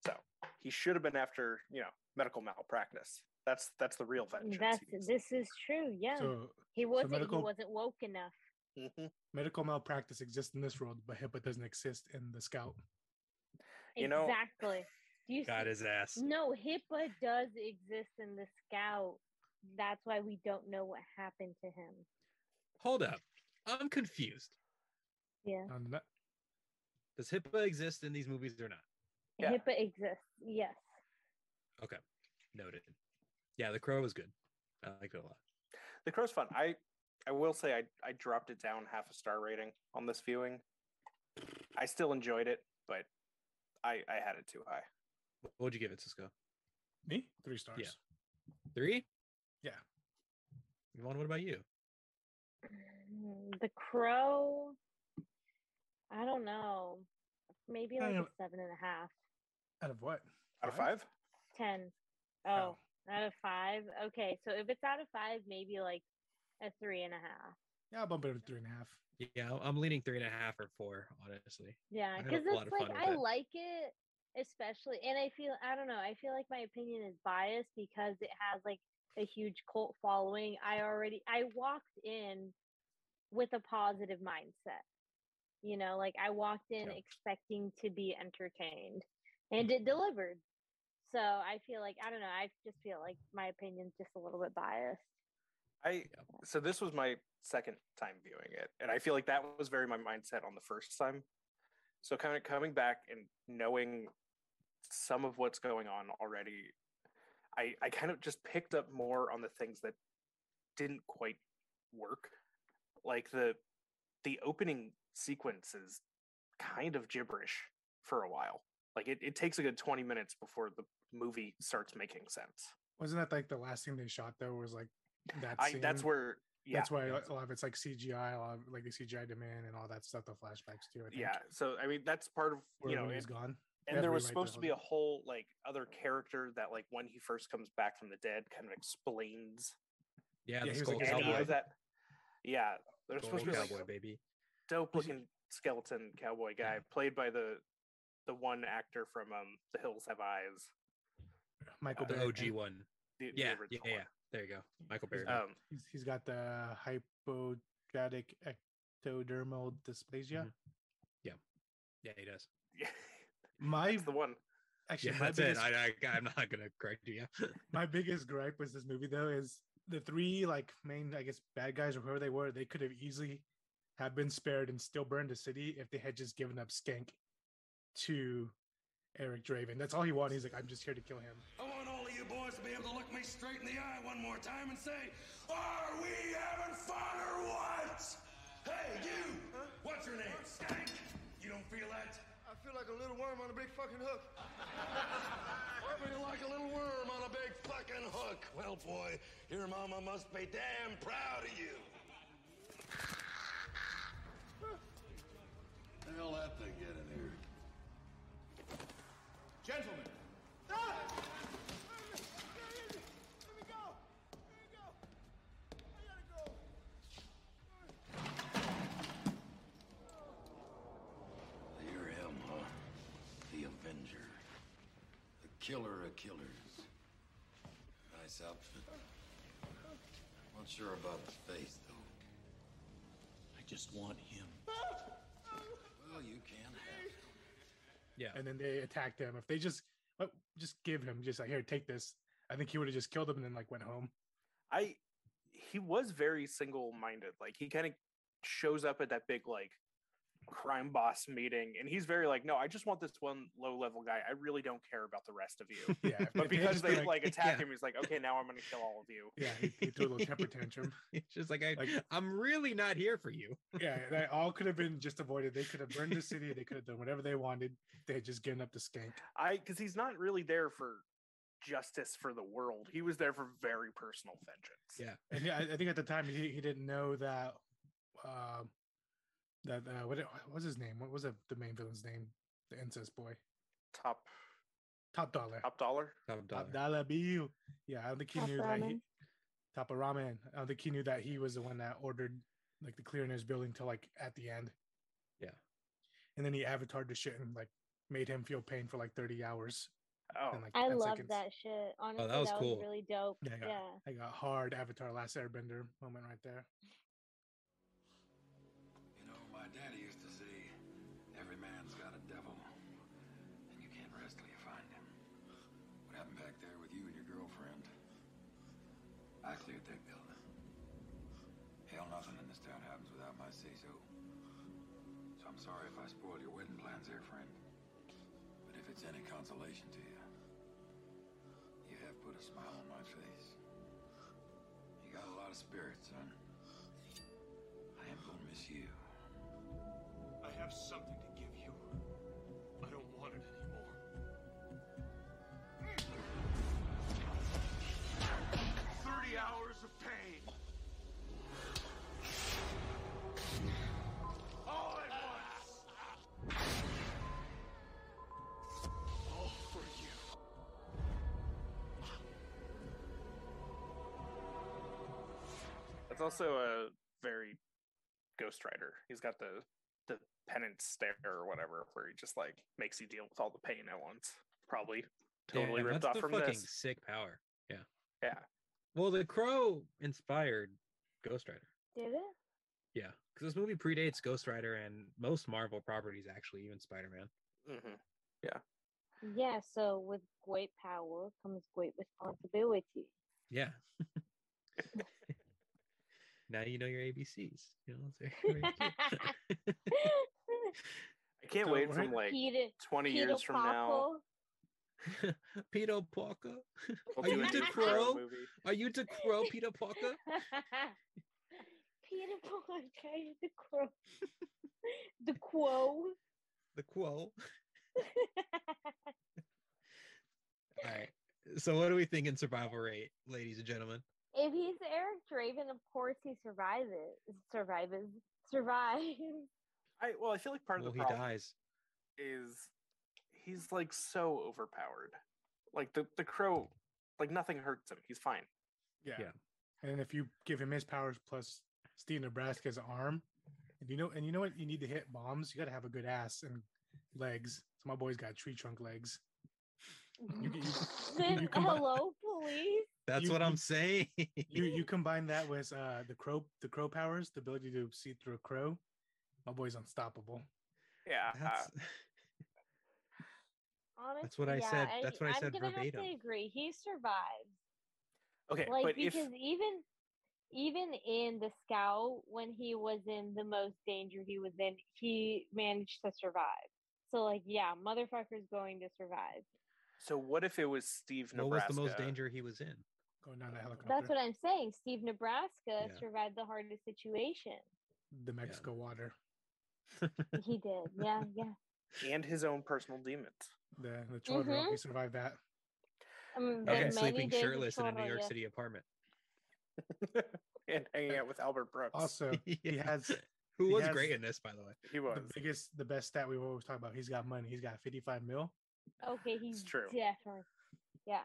S5: So he should have been after, you know, medical malpractice. That's that's the real vengeance.
S4: That's
S5: he gets.
S4: this is true. Yeah.
S6: So
S4: he wasn't
S6: medical-
S4: he wasn't woke enough.
S5: Mhm.
S6: medical malpractice exists in this world, but HIPAA doesn't exist in the scout.
S5: You know-
S4: exactly. Do you
S3: Got
S4: see-
S3: his ass.
S4: No, HIPAA does exist in the scout. That's why we don't know what happened to him.
S3: Hold up, I'm confused.
S4: Yeah.
S6: Um, that-
S3: Does HIPAA exist in these movies or not?
S5: Yeah.
S4: HIPAA exists. Yes.
S3: Okay, noted. Yeah, the crow was good. I liked it a lot.
S5: The Crow's fun. I I will say I I dropped it down half a star rating on this viewing. I still enjoyed it, but I I had it too high.
S3: What would you give it, Cisco?
S6: me three stars.
S3: Three?
S6: Yeah.
S3: Yvonne, what about you?
S4: Mm, The crow. I don't know. Maybe
S6: I
S4: like a
S6: don't-
S4: seven and a half.
S6: Out of what?
S5: Out of five?
S4: Ten. Oh, out of five? Okay. So if it's out of five, maybe like a three and a half.
S6: Yeah, I'll bump it up to three and a half.
S3: Yeah, I'm leaning three and a half or four, honestly.
S4: Yeah,
S3: I had a
S4: because
S3: lot
S4: it's
S3: of
S4: like
S3: fun with
S4: I
S3: it.
S4: like it, especially, and I feel I don't know. I feel like my opinion is biased because it has like a huge cult following. I already I walked in with a positive mindset, you know, like I walked in
S3: Yeah. Mm-hmm.
S4: expecting to be entertained, and it delivered. So I feel like I don't know. I just feel like my opinion's just a little bit biased.
S5: I so this was my second time viewing it, and I feel like that was very my mindset on the first time. So kind of coming back and knowing some of what's going on already, I I kind of just picked up more on the things that didn't quite work, like the the opening sequence is kind of gibberish for a while. Like it, it takes a good twenty minutes before the movie starts making sense.
S6: Wasn't that like the last thing they shot though? Was like that.
S5: I that's
S6: scene?
S5: where yeah.
S6: That's why a lot of it's like CGI, a lot of like the CGI demand and all that stuff. The flashbacks too. I think,
S5: yeah so i mean that's part of
S6: where
S5: you know
S6: everybody's
S5: it-
S6: gone. They
S5: and
S6: had
S5: there
S6: to
S5: was
S6: rewrite the
S5: supposed to be a
S6: whole-
S5: whole like other character that like when he first comes back from the dead kind of explains
S3: Yeah, the
S6: Yeah, he was
S3: skull
S6: like a
S5: any
S3: cowboy.
S6: cowboy.
S5: of that yeah there's
S3: Skull
S5: supposed to be like
S3: cowboy, baby.
S5: a dope looking skeleton cowboy guy played by the the one actor from um the hills have eyes
S6: Michael
S5: uh,
S6: Bay.
S3: The
S6: I
S3: OG
S6: think.
S3: one.
S5: the, the
S3: Yeah, yeah,
S5: original
S3: yeah.
S5: one.
S3: There you go. Michael Berry.
S5: um
S6: He's, he's got the hypogatic ectodermal dysplasia.
S5: Mm-hmm.
S3: Mhm. yeah, he does.
S5: yeah
S6: My
S5: it's the one
S6: actually,
S3: Yeah,
S6: my,
S3: that's it.
S6: biggest,
S3: I, I, I'm not going to correct you. Yeah.
S6: my biggest gripe with this movie though is the three like main, I guess, bad guys or whoever they were. They could have easily have been spared and still burned the city if they had just given up Skank to Eric Draven. That's all he wanted. He's like, I'm just here to kill him.
S10: I want all of you boys to be able to look me straight in the eye one more time and say, Are we having fun or what? Hey, you! What's your name? Skank! You don't feel that?
S8: I feel like a little worm on a big fucking hook.
S10: I feel like a little worm on a big fucking hook. Well, boy, your mama must be damn proud of you. the hell that thing get in here? Gentlemen, you're him, huh? The Avenger. The killer of killers. Nice outfit. Not sure about the face, though.
S9: I just want him.
S10: Well, you can have it.
S3: Yeah.
S6: And then they attacked him. If they just but just give him just like here, take this. I think he would have just killed him and then like went home.
S5: I he was very single minded. Like he kind of shows up at that big like crime boss meeting and he's very like, No, I just want this one low level guy. I really don't care about the rest of you.
S6: Yeah. if-
S5: But
S6: if they had
S5: because
S6: just been
S5: they like attack
S3: yeah.
S5: him, he's like, Okay, now I'm gonna kill all of you.
S6: yeah, he, he threw a little temper tantrum.
S3: It's just like, I,
S6: Like-
S3: I'm really not here for you.
S6: Yeah, that all could have been just avoided. They could have burned the city. They could have done whatever they wanted. They had just given up the skank.
S5: I because he's not really there for justice for the world. He was there for very personal vengeance.
S3: Yeah.
S6: And yeah, I, I think at the time he, he didn't know that uh, that uh, what, it- what was his name? What was the the main villain's name? The incest boy,
S5: Top
S6: Top Dollar,
S5: top dollar.
S3: Top dollar.
S6: Top Dollar Bill. Yeah, I don't think he
S4: Top
S6: knew that. He,
S4: Ramen.
S6: Top of Ramen. I don't think he knew that he was the one that ordered like the clearing his building till like at the end.
S3: Yeah.
S6: and then he avatared the shit and like made him feel pain for like thirty hours.
S5: Oh,
S6: and, like,
S4: I
S6: 10
S4: love
S6: seconds.
S4: that shit. Honestly, that
S3: Oh, was
S4: was,
S3: cool.
S4: really dope.
S6: Yeah, yeah.
S4: yeah.
S6: I got hard Avatar Last Airbender moment right there.
S10: You know, my daddy used to say, every man's got a devil, and you can't rest till you find him. What happened back there with you and your girlfriend? I cleared that building. Hell, nothing in this town happens without my say-so. So I'm sorry if I spoiled your wedding plans there, friend. But if it's any consolation to you, you have put a smile on my face. You got a lot of spirit, son. I am going to miss you.
S9: I have something to give you. I don't want it anymore.
S10: Thirty hours of pain. All at once. All for you.
S5: That's also a very Ghost Rider. He's got the the penance stare or whatever, where he just like makes you deal with all the pain at once. Probably
S3: Yeah,
S5: totally
S3: and
S5: ripped
S3: that's
S5: off
S3: the
S5: from
S3: fucking
S5: this.
S3: sick power. Yeah.
S5: Yeah.
S3: Well, the Crow inspired Ghost Rider.
S4: Did it?
S3: Yeah, because this movie predates Ghost Rider and most Marvel properties, actually, even Spider Man.
S5: hmm
S4: Yeah, so with great power comes great responsibility.
S3: Yeah. now you know your ABCs. You know, so you're ready to-
S5: I can't
S6: So
S5: wait
S6: we're-
S5: from like
S4: Peter,
S5: twenty years from now.
S3: Peter Parker.
S5: We'll
S3: Oh,
S4: Are
S5: do
S4: you
S5: a
S4: the
S5: Deep Throat
S3: crow?
S5: movie.
S3: Are you the Crow, Peter Parker?
S4: Peter Parker, the crow. the crow.
S3: The Quo. All right. So, what do we think in survival rate, ladies and gentlemen?
S4: If he's Eric Draven, of course he survives it. Survives. Survives.
S5: I well, I feel like part
S3: Well,
S5: of the
S3: he
S5: problem
S3: dies.
S5: is he's like so overpowered. Like the the crow, like nothing hurts him. He's fine.
S6: Yeah.
S3: Yeah.
S6: And if you give him his powers plus Steve Nebraska's arm, and you know, and you know what you need to hit bombs, you got to have a good ass and legs. So my boy's got tree trunk legs. You, you,
S4: Then,
S6: you combine-
S4: hello, police.
S3: That's
S6: You-
S3: what
S6: you-
S3: I'm saying.
S6: you you combine that with uh the crow the crow powers, the ability to see through a crow. My boy's unstoppable.
S5: Yeah. uh,
S3: That's-
S4: Honestly,
S3: what I
S4: yeah,
S3: said- that's what I
S4: I'm
S3: said
S4: gonna
S3: verbatim.
S4: Have to agree. He survives.
S5: okay,
S4: like
S5: but
S4: because
S5: if
S4: even even in the scout when he was in the most danger he was in he managed to survive So like, yeah, motherfucker's going to survive.
S5: So what if it was Steve
S3: What was
S5: Nebraska?
S3: the most danger he was in?
S6: Going down a helicopter.
S4: That's what I'm saying. Steve Nebraska
S3: Yeah.
S4: survived the hardest situation.
S6: the Mexico water.
S4: He did. Yeah, yeah.
S5: And his own personal demons.
S6: The the children
S4: Mhm.
S6: we survived that.
S4: I mean,
S3: Okay,
S4: there's Um, many
S3: sleeping
S4: days of
S3: shirtless in a New
S4: trauma,
S3: York
S4: yeah.
S3: City apartment.
S5: And hanging out with Albert Brooks.
S6: Also, he
S3: Yeah.
S6: has
S3: Who
S6: he
S3: was
S6: has
S3: great in this, by the way?
S5: he was.
S6: the biggest, the best stat we've always talked about. He's got money. He's got 55 mil.
S4: Okay, he's
S5: true.
S4: definitely. Yeah,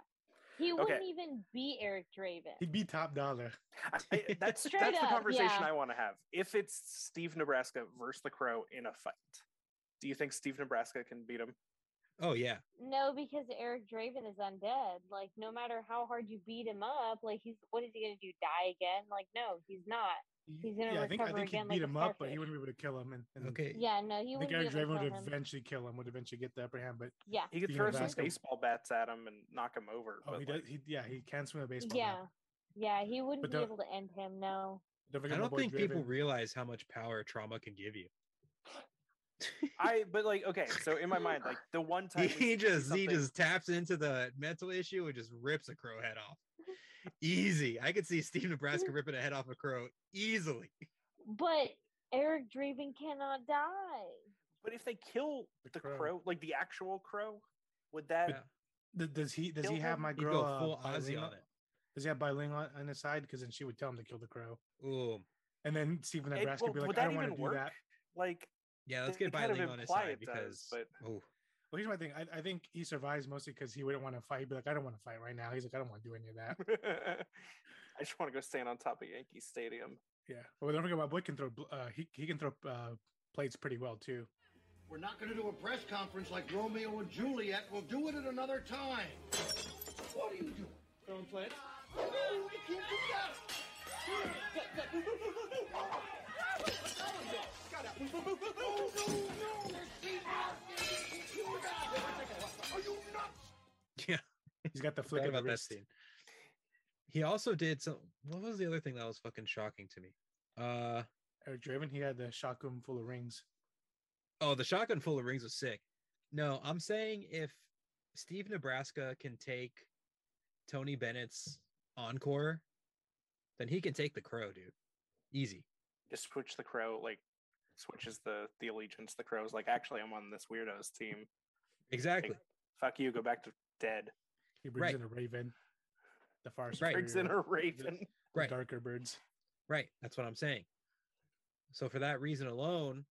S4: he
S5: Okay.
S4: wouldn't even be Eric Draven.
S6: He'd be top dollar.
S5: I- that's
S4: Straight
S5: that's the
S4: up,
S5: conversation
S4: yeah.
S5: I want to have. If it's Steve Nebraska versus the Crow in a fight, do you think Steve Nebraska can beat him?
S3: Oh yeah,
S4: No, because Eric Draven is undead. Like, no matter how hard you beat him up, like he's what is he gonna do? Die again? Like, no, he's not. He's gonna
S6: yeah, I think I
S4: recover
S6: think
S4: again
S6: he'd beat
S4: like a
S6: him up, but he
S4: starfish.
S6: wouldn't be able to kill him. And, and
S3: okay.
S4: Mm, Yeah, no, he
S6: I think
S4: wouldn't.
S6: Eric
S4: be able
S6: Draven
S4: to
S6: would
S4: kill him.
S6: eventually kill him. Would eventually get the upper hand, but
S4: Yeah,
S5: He could
S6: Steve
S5: throw some
S6: Nebraska.
S5: baseball bats at him and knock him over.
S6: oh,
S5: but
S6: he
S5: like,
S6: does. He, yeah, he can swing a baseball.
S4: yeah,
S6: bat.
S4: yeah. He wouldn't be
S6: don't-
S4: able to end him. No,
S6: Don't forget
S3: I
S6: my
S3: don't
S6: boy
S3: think people
S6: Draven.
S3: realize how much power trauma can give you.
S5: I but like okay, so in my mind, like the one time we
S3: he
S5: see
S3: just he
S5: something-
S3: just taps into the mental issue and just rips a crow head off. Easy. I could see Steve Nebraska ripping a head off a crow easily.
S4: but Eric Draven cannot die.
S5: But if they kill
S6: The
S5: the,
S6: Crow.
S5: crow. like the actual crow, would that
S3: Yeah.
S6: Th- Does he? Does
S5: kill
S6: he have
S5: him,
S6: my
S3: You
S6: girl?
S3: go
S6: uh,
S3: full Ozzy
S6: bilingual-
S3: on it.
S6: Does he have bilingual on, on his side? Because then she would tell him to kill the crow,
S3: Ooh,
S6: and then Stephen
S5: It-
S6: Nebraska
S5: well,
S6: would be like,
S5: would
S6: "I
S5: that
S6: don't want to
S5: even
S6: do
S5: work?
S6: that."
S5: like
S3: yeah. Let's
S5: They
S3: get
S5: kind of
S3: bilingual on his
S5: imply
S3: side
S5: it does,
S3: because ooh,
S6: Well, here's my thing. I, I think he survives mostly because he wouldn't want to fight. He'd be like, "I don't want to fight right now." He's like, "I don't want to do any of that."
S5: I just want to go stand on top of Yankee Stadium.
S6: Yeah. Well, don't forget, my boy can throw. bl- Uh, he he can throw uh, plates pretty well too.
S8: We're not going to do a press conference like Romeo and Juliet. We'll do it at another time. What are you doing?
S6: Throwing plates.
S8: No, we can't do that. Oh, no, no, there's people out there who can do that. Are you nuts?
S3: yeah.
S6: He's got the
S3: Forgot
S6: flick of the
S3: about that
S6: wrist.
S3: scene. He also did some. What was the other thing that was fucking shocking to me? Uh
S6: Eric Draven, he had the shotgun full of rings.
S3: oh, the shotgun full of rings was sick. No, I'm saying if Steve Nebraska can take Tony Bennett's encore, then he can take the crow, dude. Easy.
S5: Just switch the crow, like switches the the allegiance. The crow's like, actually, I'm on this weirdo's team.
S3: Exactly.
S5: Fuck you, go back to dead.
S6: He brings
S3: Right.
S6: in a raven, the far
S3: Right.
S5: Briggs and
S6: superior,
S5: a raven.
S6: the
S3: Right.
S6: darker birds.
S3: Right. That's what I'm saying. So for that reason alone,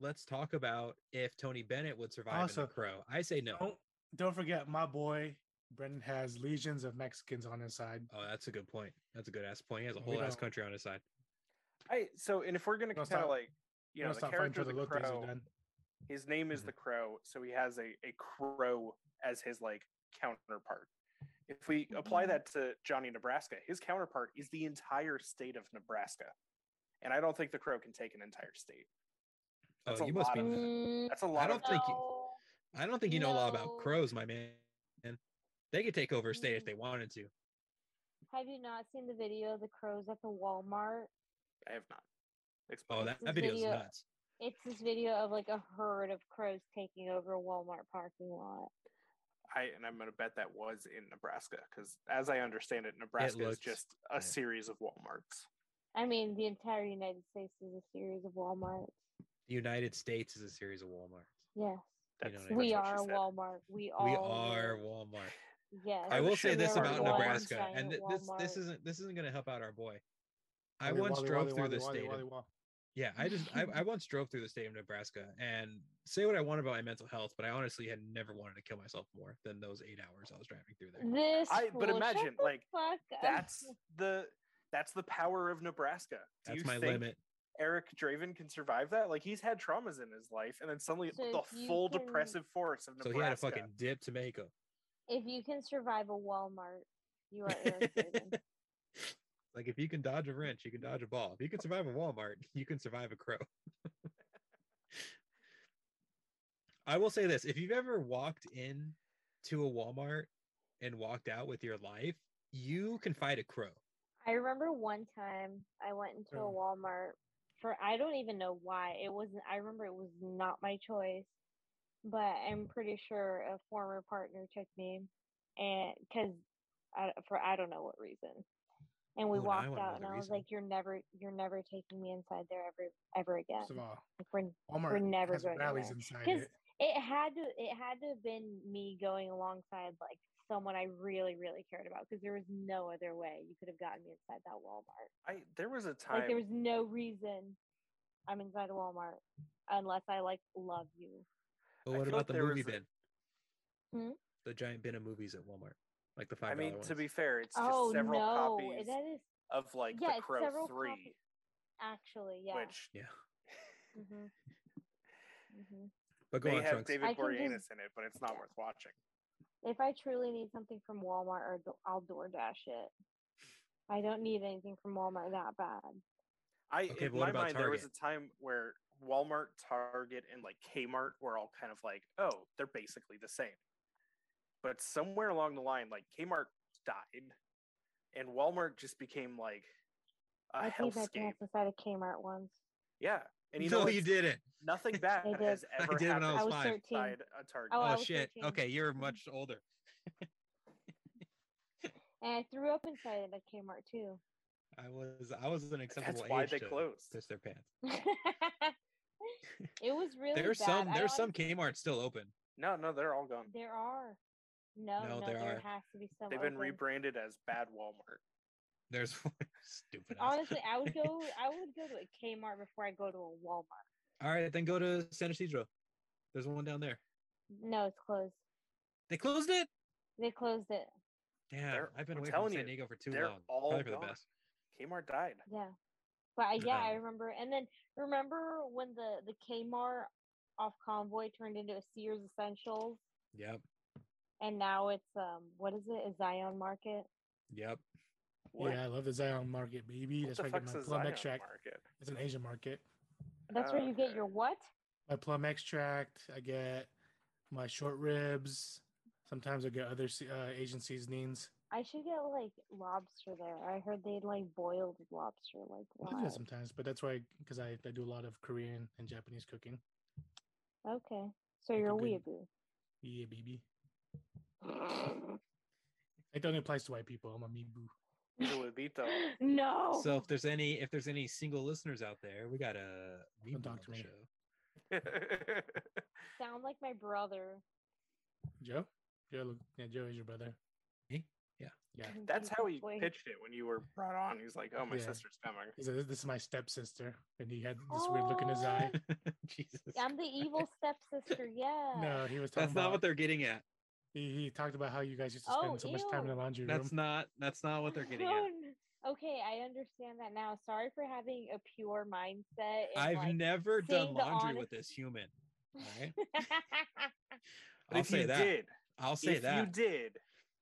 S3: let's talk about if Tony Bennett would survive in
S6: Also,
S3: the crow. I say no.
S6: Don't don't forget, my boy Brendan has legions of Mexicans on his side.
S3: Oh, that's a good point. That's a good ass point. He has a
S6: We
S3: whole ass
S6: don't-
S3: country on his side.
S5: I so, and if we're gonna
S6: Don't
S5: kind
S6: stop-
S5: of like, you
S6: We're gonna
S5: know, the
S6: stop fighting
S5: character
S6: till
S5: of the
S6: the lotes
S5: crow,
S6: are done.
S5: his name is
S3: Mhm.
S5: the crow, so he has a a crow as his like counterpart. If we apply
S4: Mhm.
S5: that to Johnny Nebraska, his counterpart is the entire state of Nebraska, and I don't think the crow can take an entire state. That's
S3: oh,
S5: a
S3: you must
S5: lot
S3: be.
S5: of-
S4: Mm,
S5: That's a lot.
S3: don't
S5: of
S3: think you-
S4: no.
S3: I don't think you know a lot about
S4: No.
S3: crows, my man. They could take over a state if
S4: Mm.
S3: they wanted to.
S4: Have you not seen the video of the crows at the Walmart?
S5: I have not. Explain.
S3: Oh, that,
S4: This
S3: that video's
S4: video-
S3: nuts.
S4: It's this video of like a herd of crows taking over a Walmart parking lot.
S5: I and I'm going to bet that was in Nebraska because, as I understand it, Nebraska is
S3: looked-
S5: just a
S3: yeah.
S5: series of WalMarts.
S4: I mean, the entire United States is a series of Walmarts.
S3: The United States is a series of Walmart.
S4: Yes,
S5: That's,
S3: what I
S5: that's
S4: we
S5: what she
S4: are a
S5: said.
S4: Walmart. We
S3: We
S4: all
S3: are
S4: live.
S3: Walmart.
S4: Yes,
S3: I
S5: the
S3: will say
S5: shit
S3: this
S5: we are
S3: about
S5: one
S3: Nebraska, and
S4: giant
S3: th- this this
S4: Walmart.
S3: isn't this isn't going to help out our boy. I
S6: Wally,
S3: once
S6: wally,
S3: drove
S6: wally,
S3: through
S6: wally,
S3: the
S6: wally,
S3: state.
S6: wally,
S3: of,
S6: wally.
S3: yeah, I just I, I once drove through the state of Nebraska, and say what I want about my mental health, but I honestly had never wanted to kill myself more than those eight hours I was driving through there.
S4: This
S5: I-
S4: fool,
S5: but
S4: shut
S5: imagine,
S4: the
S5: like,
S4: fuck up.
S5: That's the that's the power of Nebraska. Do
S3: That's
S5: you
S3: my
S5: think
S3: limit.
S5: Eric Draven can survive that? Like he's had traumas in his life, and then suddenly
S4: So if
S5: the
S4: you
S5: full
S4: can-
S5: depressive force of
S3: So
S5: Nebraska.
S3: he had a fucking dip to make him.
S4: if you can survive a Walmart, you are Eric Draven.
S3: like if you can dodge a wrench, you can dodge a ball. If you can survive a Walmart, you can survive a crow. I will say this: if you've ever walked in to a Walmart and walked out with your life, you can fight a crow.
S4: I remember one time I went into a
S6: Oh.
S4: Walmart for I don't even know why. It wasn't I remember it was not my choice. but I'm pretty sure a former partner took me, and because for I don't know what reason, and we
S3: Ooh, now I
S4: walked
S3: wanna know
S4: out, and
S3: the
S4: I was
S3: reason.
S4: like, "You're never, you're never taking me inside there ever, ever again.
S6: First of all,
S4: Like, we're,
S6: Walmart
S4: we're never
S6: has
S4: going
S6: rallies
S4: anywhere."
S6: inside
S4: 'Cause
S6: it.
S4: it had to it had to have been me going alongside like someone I really really cared about because there was no other way you could have gotten me inside that Walmart.
S5: I there was a time
S4: Like there was no reason I'm inside a Walmart unless I like love you.
S3: But
S5: I
S3: what
S5: feel
S3: about
S5: like
S3: the
S5: there
S3: movie
S5: was a-
S3: bin?
S4: Hmm?
S3: The giant bin of movies at Walmart, like the
S5: I
S3: five.
S5: mean,
S3: ones.
S5: to be fair, it's just
S4: oh
S5: several
S4: no,
S5: copies
S4: that is
S5: of like
S4: yeah,
S5: The
S4: it's
S5: Crow
S4: several
S5: Three,
S4: copies. actually yeah.
S5: which
S3: yeah,
S4: hmm hmm
S3: but go
S5: they
S3: on,
S5: have
S3: Trunks.
S5: David
S4: I can
S5: Boreanaz
S4: just-
S5: in it, but it's not worth watching.
S4: If I truly need something from Walmart, or do- I'll DoorDash it. I don't need anything from Walmart that bad.
S5: I
S3: Okay,
S5: in
S3: but what
S5: my
S3: about
S5: mind there was a time where Walmart, Target, and like Kmart were all kind of like, oh, they're basically the same. But somewhere along the line, like Kmart died, and Walmart just became like a
S4: I peed my
S5: hellscape.
S4: pants inside of Kmart once.
S5: Yeah, and you
S3: no,
S5: know
S3: you
S5: what's-
S3: did it.
S5: nothing bad
S4: I did.
S5: has
S3: I
S5: ever
S3: did when I
S5: happened
S3: was
S4: I was
S3: five.
S4: 13.
S5: inside a Target.
S4: Oh, I
S3: Oh,
S4: was
S3: shit.
S4: 13.
S3: Okay, you're much older.
S4: And I threw up inside of a Kmart too.
S3: I was. I was an acceptable
S5: That's why
S3: age
S5: they
S3: to
S5: closed.
S3: piss their pants.
S4: it was really
S3: there's
S4: bad.
S3: some.
S4: I
S3: There's some
S4: honest-
S3: Kmart still open.
S5: No, no, they're all gone.
S4: There are. No,
S3: No,
S4: no,
S3: there
S4: there,
S3: are.
S4: has to be some.
S5: They've been
S4: open.
S5: rebranded as Bad Walmart.
S3: There's stupid. ass.
S4: Honestly, I would go. I would go to a Kmart before I go to a Walmart.
S3: All right, then go to San Isidro. There's one down there.
S4: No, it's closed.
S3: They closed it.
S4: They closed it.
S3: Damn,
S5: They're-
S3: I've been
S5: I'm
S3: away from
S5: telling
S3: San
S5: you,
S3: Diego for too
S5: they're
S3: long.
S5: all
S3: Probably for the
S5: gone.
S3: best.
S5: Kmart died.
S4: Yeah, but I- yeah, I
S3: Um,
S4: remember. And then remember when the the Kmart off convoy turned into a Sears Essentials,
S3: Yep,
S4: and now it's um what is it? A Zion Market.
S3: yep.
S5: What?
S6: Yeah, I love the Zion market, baby.
S5: What
S6: That's
S5: the
S6: where I get
S5: fuck's
S6: my
S5: a
S6: plum
S5: Zion
S6: extract.
S5: market?
S6: It's an Asian market.
S4: That's where you get
S5: Okay.
S4: your what?
S6: My plum extract. I get my short ribs. Sometimes I get other se- uh, Asian seasonings.
S4: I should get like lobster there. I heard they like boiled lobster like
S6: I do that
S4: live.
S6: sometimes, but that's why because I, I do a lot of Korean and Japanese cooking.
S4: Okay, so
S6: Like a
S4: you're a
S6: good-
S4: weeaboo.
S6: Yeah, baby. It only applies to white people. I'm a me boo.
S5: Julebito.
S4: no.
S3: So if there's any if there's any single listeners out there, we got a we
S6: Don't talk to me.
S4: Sound like my brother.
S6: Joe? Joe, look, yeah, Joe is your brother.
S3: Me? Yeah.
S6: Yeah.
S5: That's how he
S4: Boy.
S5: pitched it when you were brought on. He's like, "Oh, my
S6: Yeah.
S5: sister's coming."
S6: He said, This is my stepsister. And he had this weird look in
S4: Oh,
S6: his eye.
S3: Jesus.
S4: I'm the evil stepsister. Yeah.
S6: No, he was talking
S3: That's
S6: about.
S3: not what they're getting at.
S6: he, he talked about how you guys used to
S4: Oh,
S6: spend so much time in the
S4: ew.
S6: laundry room.
S3: That's not that's not what they're getting
S4: No,
S3: at.
S4: n- Okay, I understand that now. Sorry for having a pure mindset. And,
S3: I've
S4: like-
S3: never done
S4: seeing the
S3: laundry with
S4: honest-
S3: this human. alright?
S5: But
S3: I'll
S5: if
S3: say
S5: you
S3: that.
S5: did,
S3: I'll say
S5: if
S3: that.
S5: you did,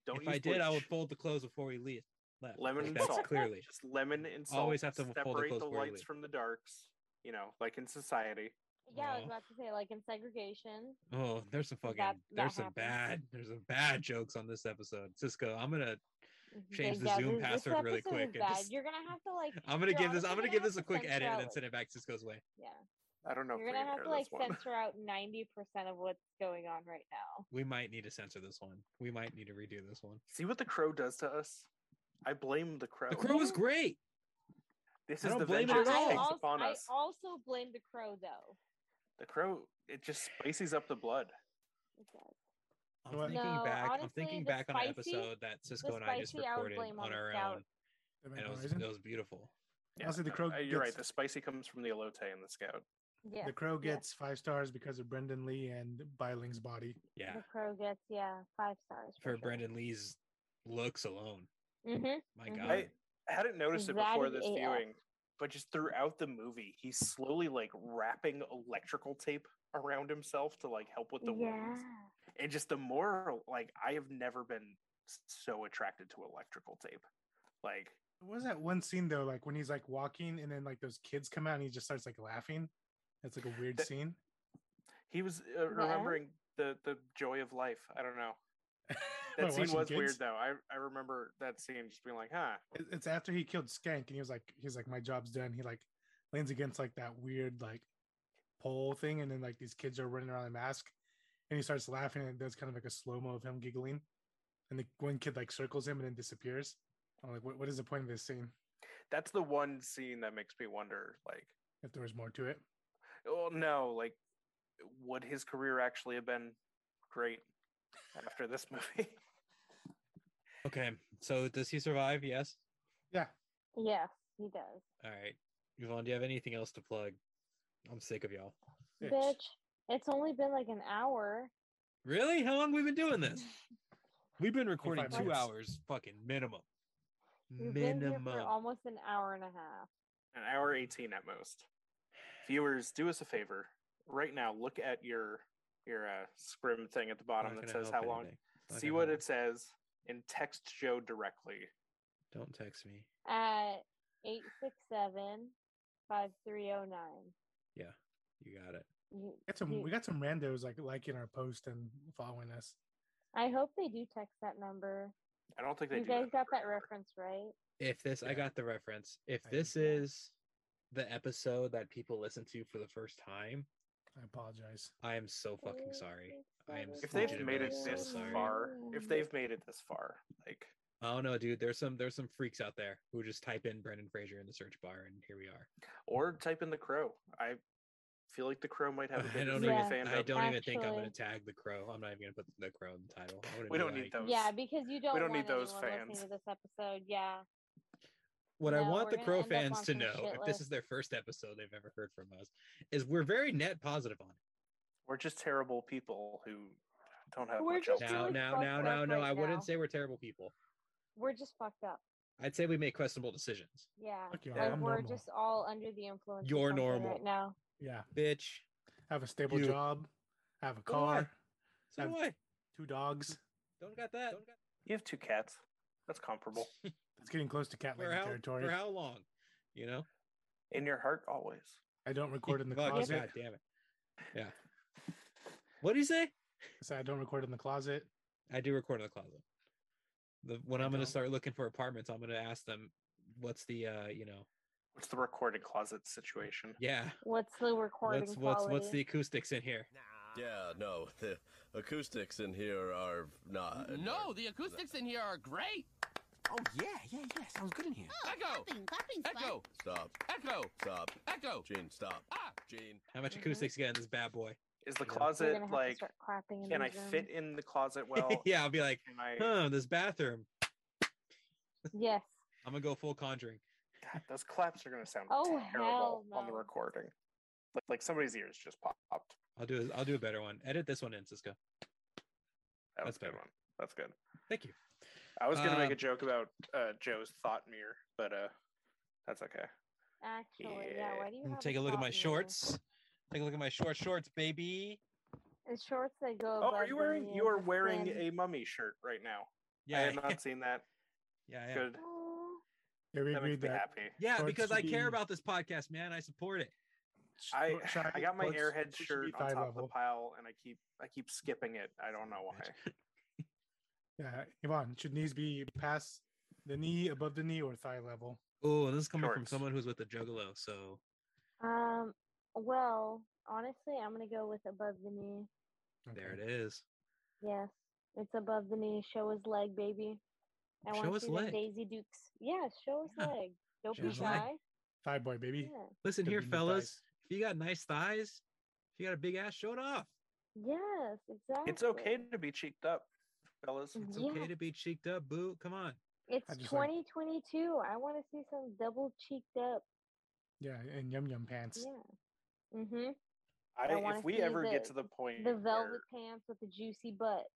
S5: don't
S3: if
S5: use
S3: I did, I
S5: bleach.
S3: would fold the clothes before we leave. Left.
S5: lemon
S3: Like,
S5: and
S3: that's
S5: salt.
S3: clearly.
S5: Just lemon and salt.
S3: Always have to fold the
S5: separate
S3: clothes
S5: the
S3: before you
S5: lights
S3: leave.
S5: from the darks. You know, like in society.
S4: yeah, I was
S3: Oh.
S4: about to say, like in segregation.
S3: Oh, there's some fucking
S4: That- that
S3: there's some bad
S4: happens.
S3: there's some bad jokes on this episode. Cisco, I'm gonna Change the
S4: Like,
S3: Zoom
S4: this- this
S3: password really
S4: episode
S3: quick
S4: is
S3: and
S4: bad.
S3: just-
S4: You're gonna have to like.
S3: I'm gonna
S4: you're
S3: give this I'm
S4: honestly
S3: gonna give
S4: have
S3: this a
S4: to
S3: quick
S4: censor
S3: edit
S4: out,
S3: and then
S4: like-
S3: send it back Cisco's way.
S4: Yeah,
S5: I don't know.
S4: you're
S5: if we
S4: gonna
S5: can
S4: have
S5: air
S4: to like
S5: this one.
S4: censor out ninety percent of what's going on right now.
S3: We might need to censor this one. We might need to redo this one.
S5: See what the crow does to us. I blame the crow.
S3: The crow was great.
S5: This
S3: I
S5: is
S3: don't
S5: the
S3: blame it
S5: vengeance
S3: at
S5: it
S3: all.
S4: I,
S5: takes
S4: also,
S5: upon
S4: I
S5: us.
S4: also blame the crow though.
S5: The crow, it just spices up the blood.
S4: It does.
S3: I'm
S6: What?
S3: thinking
S4: No,
S3: back. I'm
S4: honestly,
S3: thinking
S4: the
S3: back on an
S4: spicy-
S3: episode that Cisco
S4: the
S3: and I just
S4: spicy I would
S3: recorded
S4: blame
S3: on
S4: on the
S3: our
S4: scout.
S3: own,
S6: The
S3: and it was
S6: Horizon?
S3: it was beautiful.
S6: Honestly, the
S5: uh,
S6: crow
S5: uh, you're right.
S6: gets-
S5: The spicy comes from the elote and the scout.
S4: Yeah,
S6: The Crow
S4: yeah.
S6: gets five stars because of Brendan Lee and Biling's body.
S3: Yeah,
S4: The crow gets yeah five stars
S3: for Brendan Lee's looks alone.
S4: hmm
S3: My
S4: Mhm.
S3: God,
S5: I hadn't noticed it before
S4: Exotic
S5: this
S4: AF.
S5: viewing, but just throughout the movie, he's slowly like wrapping electrical tape around himself to like help with the
S4: Yeah.
S5: wounds. And just the more like I have never been so attracted to electrical tape. Like
S6: What was that one scene though? Like when he's like walking and then like those kids come out and he just starts like laughing. That's like a weird
S5: That-
S6: scene.
S5: he was uh, remembering the the joy of life. I don't know. That
S6: What,
S5: scene
S6: watching
S5: was weird
S6: kids?
S5: though. I I remember that scene just being like, huh.
S6: It- It's after he killed Skank and he was like, he's like, my job's done. He like leans against like that weird like pole thing and then like these kids are running around in a mask and he starts laughing and does kind of like a slow mo of him giggling, and the one kid like circles him and then disappears. I'm like, what, what is the point of this scene?
S5: That's the one scene that makes me wonder, like,
S6: If there was more to it,
S5: oh no, like, would his career actually have been great after this movie?
S3: Okay, so does he survive? Yes.
S4: Yes, he does.
S3: All right, Yvonne, do you have anything else to plug? I'm sick of y'all.
S6: Bitch.
S4: Bitch, it's only been like an hour.
S3: Really? How long we been doing this? We've been recording
S6: five
S3: two
S6: minutes.
S3: hours, fucking minimum.
S4: We've
S3: minimum.
S4: been here for almost an hour and a half.
S5: An hour 18 at most. Viewers, do us a favor. Right now, look at your your uh, scrim thing at the
S3: Not
S5: bottom that
S3: gonna
S5: says
S3: help
S5: how long.
S3: anything. It's not
S5: See
S3: gonna
S5: what
S3: help.
S5: it says and text Joe directly.
S3: Don't text me.
S4: At 867 oh, 5309.
S3: You got it.
S6: got some, we got some randos like liking our post and following us.
S4: I hope they do text that number.
S5: I don't think they
S4: You
S5: do
S4: guys got
S5: number
S4: that
S5: anymore.
S4: reference right.
S3: If this, I got the reference. If
S6: I did
S3: this
S6: not.
S3: is the episode that people listen to for the first time,
S6: I apologize.
S3: I am so fucking sorry.
S4: Oh.
S3: I am
S5: If they've made it
S3: Legitimately so
S5: this
S3: sorry.
S5: far, if they've made it this far, like
S3: I don't know, dude. There's some there's some freaks out there who just type in Brendan Fraser in the search bar, and here we are.
S5: or type in the crow. I feel like the crow might have a
S3: I
S5: bit
S3: don't
S5: of
S4: even-
S5: a fan.
S3: I don't even think I'm
S4: Actually-
S3: gonna tag the crow. I'm not even gonna put the crow in the title. I wouldn't
S5: We
S3: do
S5: don't
S3: that.
S5: need those.
S4: Yeah, because you don't,
S5: don't need
S4: want
S5: those
S4: anyone listening
S5: fans.
S4: to this episode. Yeah.
S3: What I
S4: No,
S3: want
S4: we're
S3: the
S4: gonna
S3: Crow
S4: end up
S3: fans
S4: on
S3: to
S4: some
S3: know,
S4: shit
S3: if this
S4: list.
S3: is their first episode they've ever heard from us, is we're very net positive on it.
S5: We're just terrible people who don't have
S4: We're
S5: much
S4: just
S5: else.
S3: Now,
S4: really
S3: now,
S4: fucked
S3: now,
S4: up
S3: now, no,
S4: right
S3: I
S4: now.
S3: wouldn't say we're terrible people.
S4: We're just fucked up.
S3: I'd say we make questionable decisions.
S4: Yeah.
S6: Fuck you,
S3: Yeah,
S4: Like
S6: I'm
S4: we're
S6: normal.
S4: just all under the influence. of
S3: You're
S4: something
S3: normal.
S4: right now.
S6: Yeah,
S3: Bitch.
S6: have a stable
S3: You.
S6: job, have a
S3: So do I.
S6: car,
S3: So do
S6: I've-
S3: I.
S6: two dogs.
S3: Don't got that. Don't got
S5: You have two cats. That's comparable.
S6: That's getting close to cat
S3: for
S6: lady
S3: how
S6: territory.
S3: for how long? You know?
S5: In your heart always.
S6: I don't record in the
S3: Fuck,
S6: closet.
S3: God damn it. Yeah. What do you say?
S6: I said I don't record in the closet.
S3: I do record in the closet. The when
S6: I
S3: I am gonna
S6: don't.
S3: start looking for apartments, I'm gonna ask them what's the uh, you know,
S5: What's the recorded closet situation?
S3: yeah.
S4: What's the recording
S3: What's what's
S4: quality?
S3: what's the acoustics in here?
S11: Yeah, no, the acoustics in here are not.
S12: No, the acoustics in here are great.
S11: Uh, Oh yeah, yeah, yeah. Sounds good in here.
S12: Echo, echo,
S11: Stop,
S12: echo,
S11: stop,
S12: echo.
S11: Gene, stop,
S12: Ah,
S11: Gene.
S3: How much
S4: Mhm.
S3: acoustics you got in this bad boy?
S5: Is the
S3: Yeah.
S4: We're
S5: closet
S4: gonna have to
S5: like
S4: start clapping in
S5: can I
S4: these
S5: fit
S4: rooms.
S5: in the closet well?
S3: yeah, I'll be like,
S5: Can I
S3: huh, this bathroom.
S4: Yes.
S3: I'm gonna go full conjuring.
S5: God, those claps are gonna sound
S4: Oh,
S5: terrible
S4: hell
S5: on the
S4: no.
S5: recording. Like like somebody's ears just popped.
S3: I'll do a, I'll do a better one. Edit this one in, Cisco.
S5: That
S3: That's
S5: was a good
S3: better.
S5: one. That's good.
S3: Thank you.
S5: I was gonna make
S3: Um,
S5: a joke about uh, Joe's thought mirror, but uh that's okay.
S4: Actually, yeah.
S5: Yeah.
S4: Why do you
S3: Mm,
S4: have
S3: Take a look at
S4: top
S3: my
S4: mirror?
S3: shorts. Take a look at my short shorts, baby.
S4: It's shorts that go.
S5: Oh, are
S4: above
S5: you
S4: the
S5: wearing
S4: knee
S5: you
S4: and
S5: are
S4: the
S5: wearing
S4: skin.
S5: a mummy shirt right now. I
S3: Yeah,
S5: have not seen that.
S3: yeah, yeah.
S5: Good.
S4: Aw.
S6: Yeah, we
S5: That
S6: agreed
S5: makes me
S6: that.
S5: happy.
S3: Yeah,
S6: Shorts
S3: because I care
S6: be-
S3: about this podcast, man. I support it.
S5: I
S6: short side-
S5: I got my
S6: shorts-
S5: airhead
S6: shorts should be
S5: shirt on
S6: thigh
S5: top of the
S6: level.
S5: pile, and I keep I keep skipping it. I don't know why.
S6: Yeah, Yvonne, should knees be past the knee, above the knee, or thigh level?
S3: Oh, and this is coming from
S5: Shorts.
S3: someone who's with the juggalo. So
S4: Um. Well, honestly, I'm gonna go with above the knee.
S3: there
S6: Okay.
S3: it is.
S4: Yes, it's above the knee. Show his leg, baby. I
S3: Show
S4: want
S3: his
S4: you to
S3: leg.
S4: Daisy Dukes. Yeah, show his
S3: Yeah.
S4: leg. Don't
S3: Show
S4: be
S3: his leg.
S4: shy.
S6: Thigh boy,
S4: Yeah.
S6: baby.
S3: Listen
S6: Could
S3: here,
S6: be new
S3: fellas.
S6: thighs.
S3: If you got nice thighs, if you got a big ass, show it off.
S4: Yes, exactly.
S5: It's okay to be cheeked up, fellas.
S3: It's
S4: Yeah.
S3: okay to be cheeked up, boo. Come on.
S6: I
S4: It's
S6: just like-
S4: 2022. I want to see some double cheeked up.
S6: Yeah, and yum yum pants.
S4: Yeah. Mhm.
S5: I,
S4: I wanna
S5: if we
S4: see
S5: ever get
S4: the-
S5: to the point,
S4: The velvet
S5: where-
S4: pants with the juicy butt.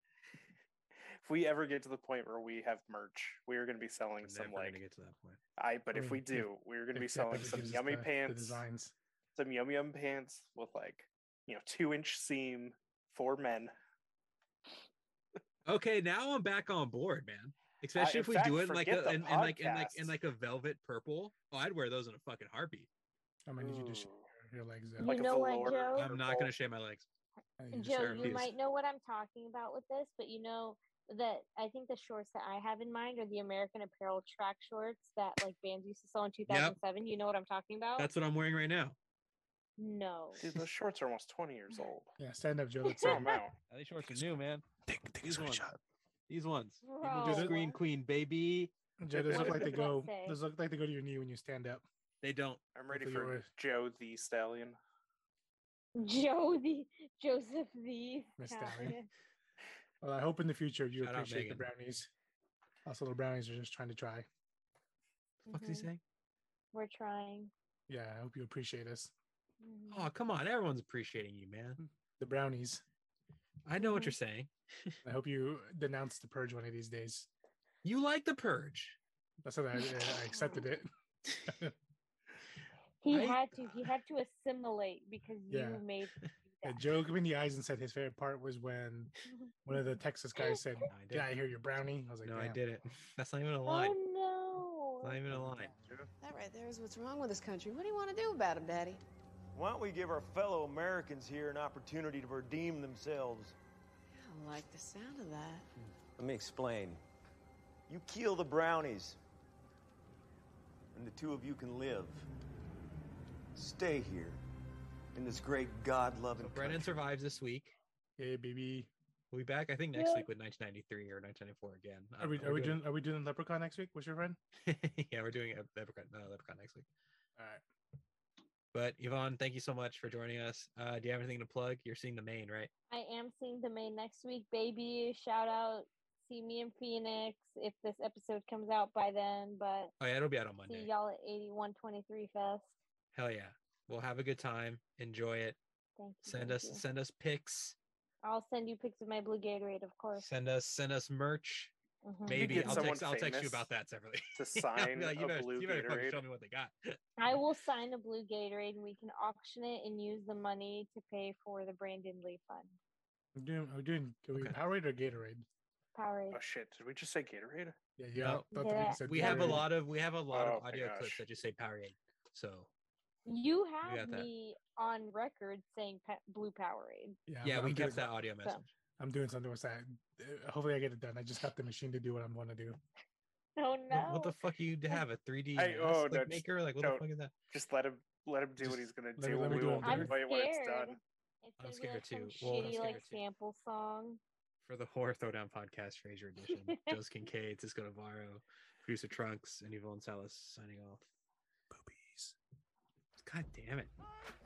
S5: if we ever get to the point where we have merch, we are going to be selling
S3: We're
S5: some
S3: never gonna
S5: like
S3: get to that point.
S5: I. But
S6: Or
S5: if we
S6: Oh, if-
S5: do, we're going to be
S6: If Jeff
S5: selling
S6: ever
S5: some
S6: gives us
S5: yummy
S6: the- the
S5: pants,
S6: designs.
S5: some yum yum pants with like you know two inch seam for men.
S3: Okay, now I'm back on board, man. Especially
S5: in
S3: if we
S5: fact,
S3: do it in like a,
S5: forget the
S3: in, in like in like in
S5: podcast.
S3: like a velvet purple. Oh, I'd wear those in a fucking heartbeat.
S6: I mean, you just
S5: Ooh.
S6: shave your legs uh,
S4: You
S6: out.
S5: Like a
S4: know what,
S5: velour
S4: Joe?
S3: I'm not gonna
S5: purple.
S3: shave my legs.
S6: and you just
S4: Joe,
S3: share
S6: shave
S4: you
S3: these.
S6: your legs.
S4: might know what I'm talking about with this, but you know that I think the shorts that I have in mind are the American Apparel track shorts that like bands used to sell in 2007. You know what I'm talking about?
S3: That's what I'm wearing right now.
S4: No.
S5: Dude, those shorts are almost 20 years old.
S6: Yeah, stand up, Joe. Let's see.
S5: Throw 'em out.
S3: Now, these shorts are new, man. These
S6: a
S3: ones.
S6: shot.
S3: These ones. Give me
S4: Bro.
S3: the Screen queen, baby.
S6: Joe, those look
S5: What
S6: like
S5: did
S6: they
S5: that
S6: go.
S4: say?
S6: Those look like they go to your knee when you stand up.
S3: They don't.
S5: I'm ready
S6: Hopefully
S5: for
S6: yours.
S5: Joe the Stallion.
S4: Joe the Joseph the
S6: Miss
S4: Italian.
S6: Stallion. Well, I hope in the future you
S3: Shout out
S6: appreciate the
S3: Megan.
S6: brownies. Also, the brownies are just trying to try.
S3: What's he
S4: Mhm.
S3: saying?
S4: We're trying.
S6: Yeah, I hope you appreciate us.
S4: Mhm.
S3: Oh, come on. Everyone's appreciating you, man.
S6: The brownies.
S3: I know what you're saying.
S6: I hope you denounce the purge one of these days.
S3: You like the purge.
S6: That's how I, I accepted it.
S4: He
S3: I-
S4: had to. He had to assimilate because
S6: Yeah.
S4: you made. him do
S6: And
S4: that.
S6: Joe looked me in the eyes and said his favorite part was when one of the Texas guys said,
S3: No, I
S6: "Did I
S3: did.
S6: hear your brownie?" I was like,
S3: No, I
S6: "Damn."
S3: did it. That's not even a line.
S4: Oh
S3: Not
S4: no!
S3: even a line.
S13: That right there is what's wrong with this country. What do you want to do about him, Daddy?
S1: Why don't we give our fellow Americans here an opportunity to redeem themselves?
S13: I don't like the sound of that.
S14: Let me explain.
S1: You kill the brownies, and the two of you can live. Stay here in this great God loving
S3: So Brennan survives this week.
S6: "Hey, baby,
S3: We'll be back, I think, next
S4: Yeah.
S3: week with 1993 or 1994 again. I
S6: are
S3: don't
S6: we
S3: know.
S6: are
S3: We're
S6: we doing are we doing Leprechaun next week? What's your friend?"
S3: yeah, we're doing a Leprechaun, no, Leprechaun next week.
S6: All right.
S3: But Yvonne, thank you so much for joining us. Uh, do you have anything to plug? You're seeing the main, right?
S4: I am seeing the May next week, baby. Shout out. See me in Phoenix if this episode comes out by then. But
S3: Oh yeah, it'll be out on
S4: see
S3: Monday.
S4: y'all at eighty one twenty three fest.
S3: Hell yeah. We'll have a good time. Enjoy it.
S4: Thank you.
S3: Send
S4: thank
S3: us
S4: you.
S3: send us pics.
S4: I'll send you pics of my blue Gatorade, of course.
S3: Send us send us merch.
S4: Mhm.
S3: Maybe
S5: get
S3: I'll
S5: someone
S3: text I'll text you
S5: famous
S3: about that separately.
S5: To
S3: I'll be
S5: sign
S3: like, you
S5: a
S3: better,
S5: blue
S3: you better fucking show
S5: Gatorade.
S3: me what they got.
S4: I will sign a blue Gatorade, and we can auction it and use the money to pay for the Brandon Lee Fund.
S6: We're doing we're doing are we
S3: Okay.
S6: Powerade or Gatorade?
S4: Powerade.
S5: Oh shit! Did we just say Gatorade?
S6: Yeah,
S3: No.
S6: yeah. I thought that you
S4: Yeah.
S6: said
S3: We have a
S6: Gatorade.
S3: lot of we have a lot
S5: Oh
S3: of
S5: my
S3: audio clips
S5: gosh.
S3: that just say Powerade. So
S4: You
S3: got
S4: have
S3: that.
S4: me on record saying pe- blue Powerade.
S3: yeah,
S6: I'm-
S3: we
S6: I'm doing-
S3: kept that audio message.
S6: I'm doing something with that. Uh, Hopefully, I get it done. I just got the machine to do what I'm going to do.
S4: Oh no!
S3: What- What the fuck you d- have a 3D
S5: I-
S3: mask,
S5: oh,
S3: like,
S5: that's-
S3: maker? Like what
S5: don't-
S3: the fuck is that?
S5: Just let him let him do what
S6: Just
S5: he's gonna
S6: let me-
S5: do.
S6: let
S5: and
S6: me
S5: We
S6: do it.
S5: will
S6: I'm
S5: enjoy it when it's done.
S4: It's
S3: I'm
S4: gonna be, like,
S3: scared,
S4: some
S3: too. Well, I'm
S4: shitty
S3: scared,
S4: like
S3: too.
S4: sample song.
S3: For the horror throwdown podcast Fraser edition. Joe's Kincaid, Cisco Navarro, producer Trunks, and Yvonne Salas signing off. Boobies. God damn it.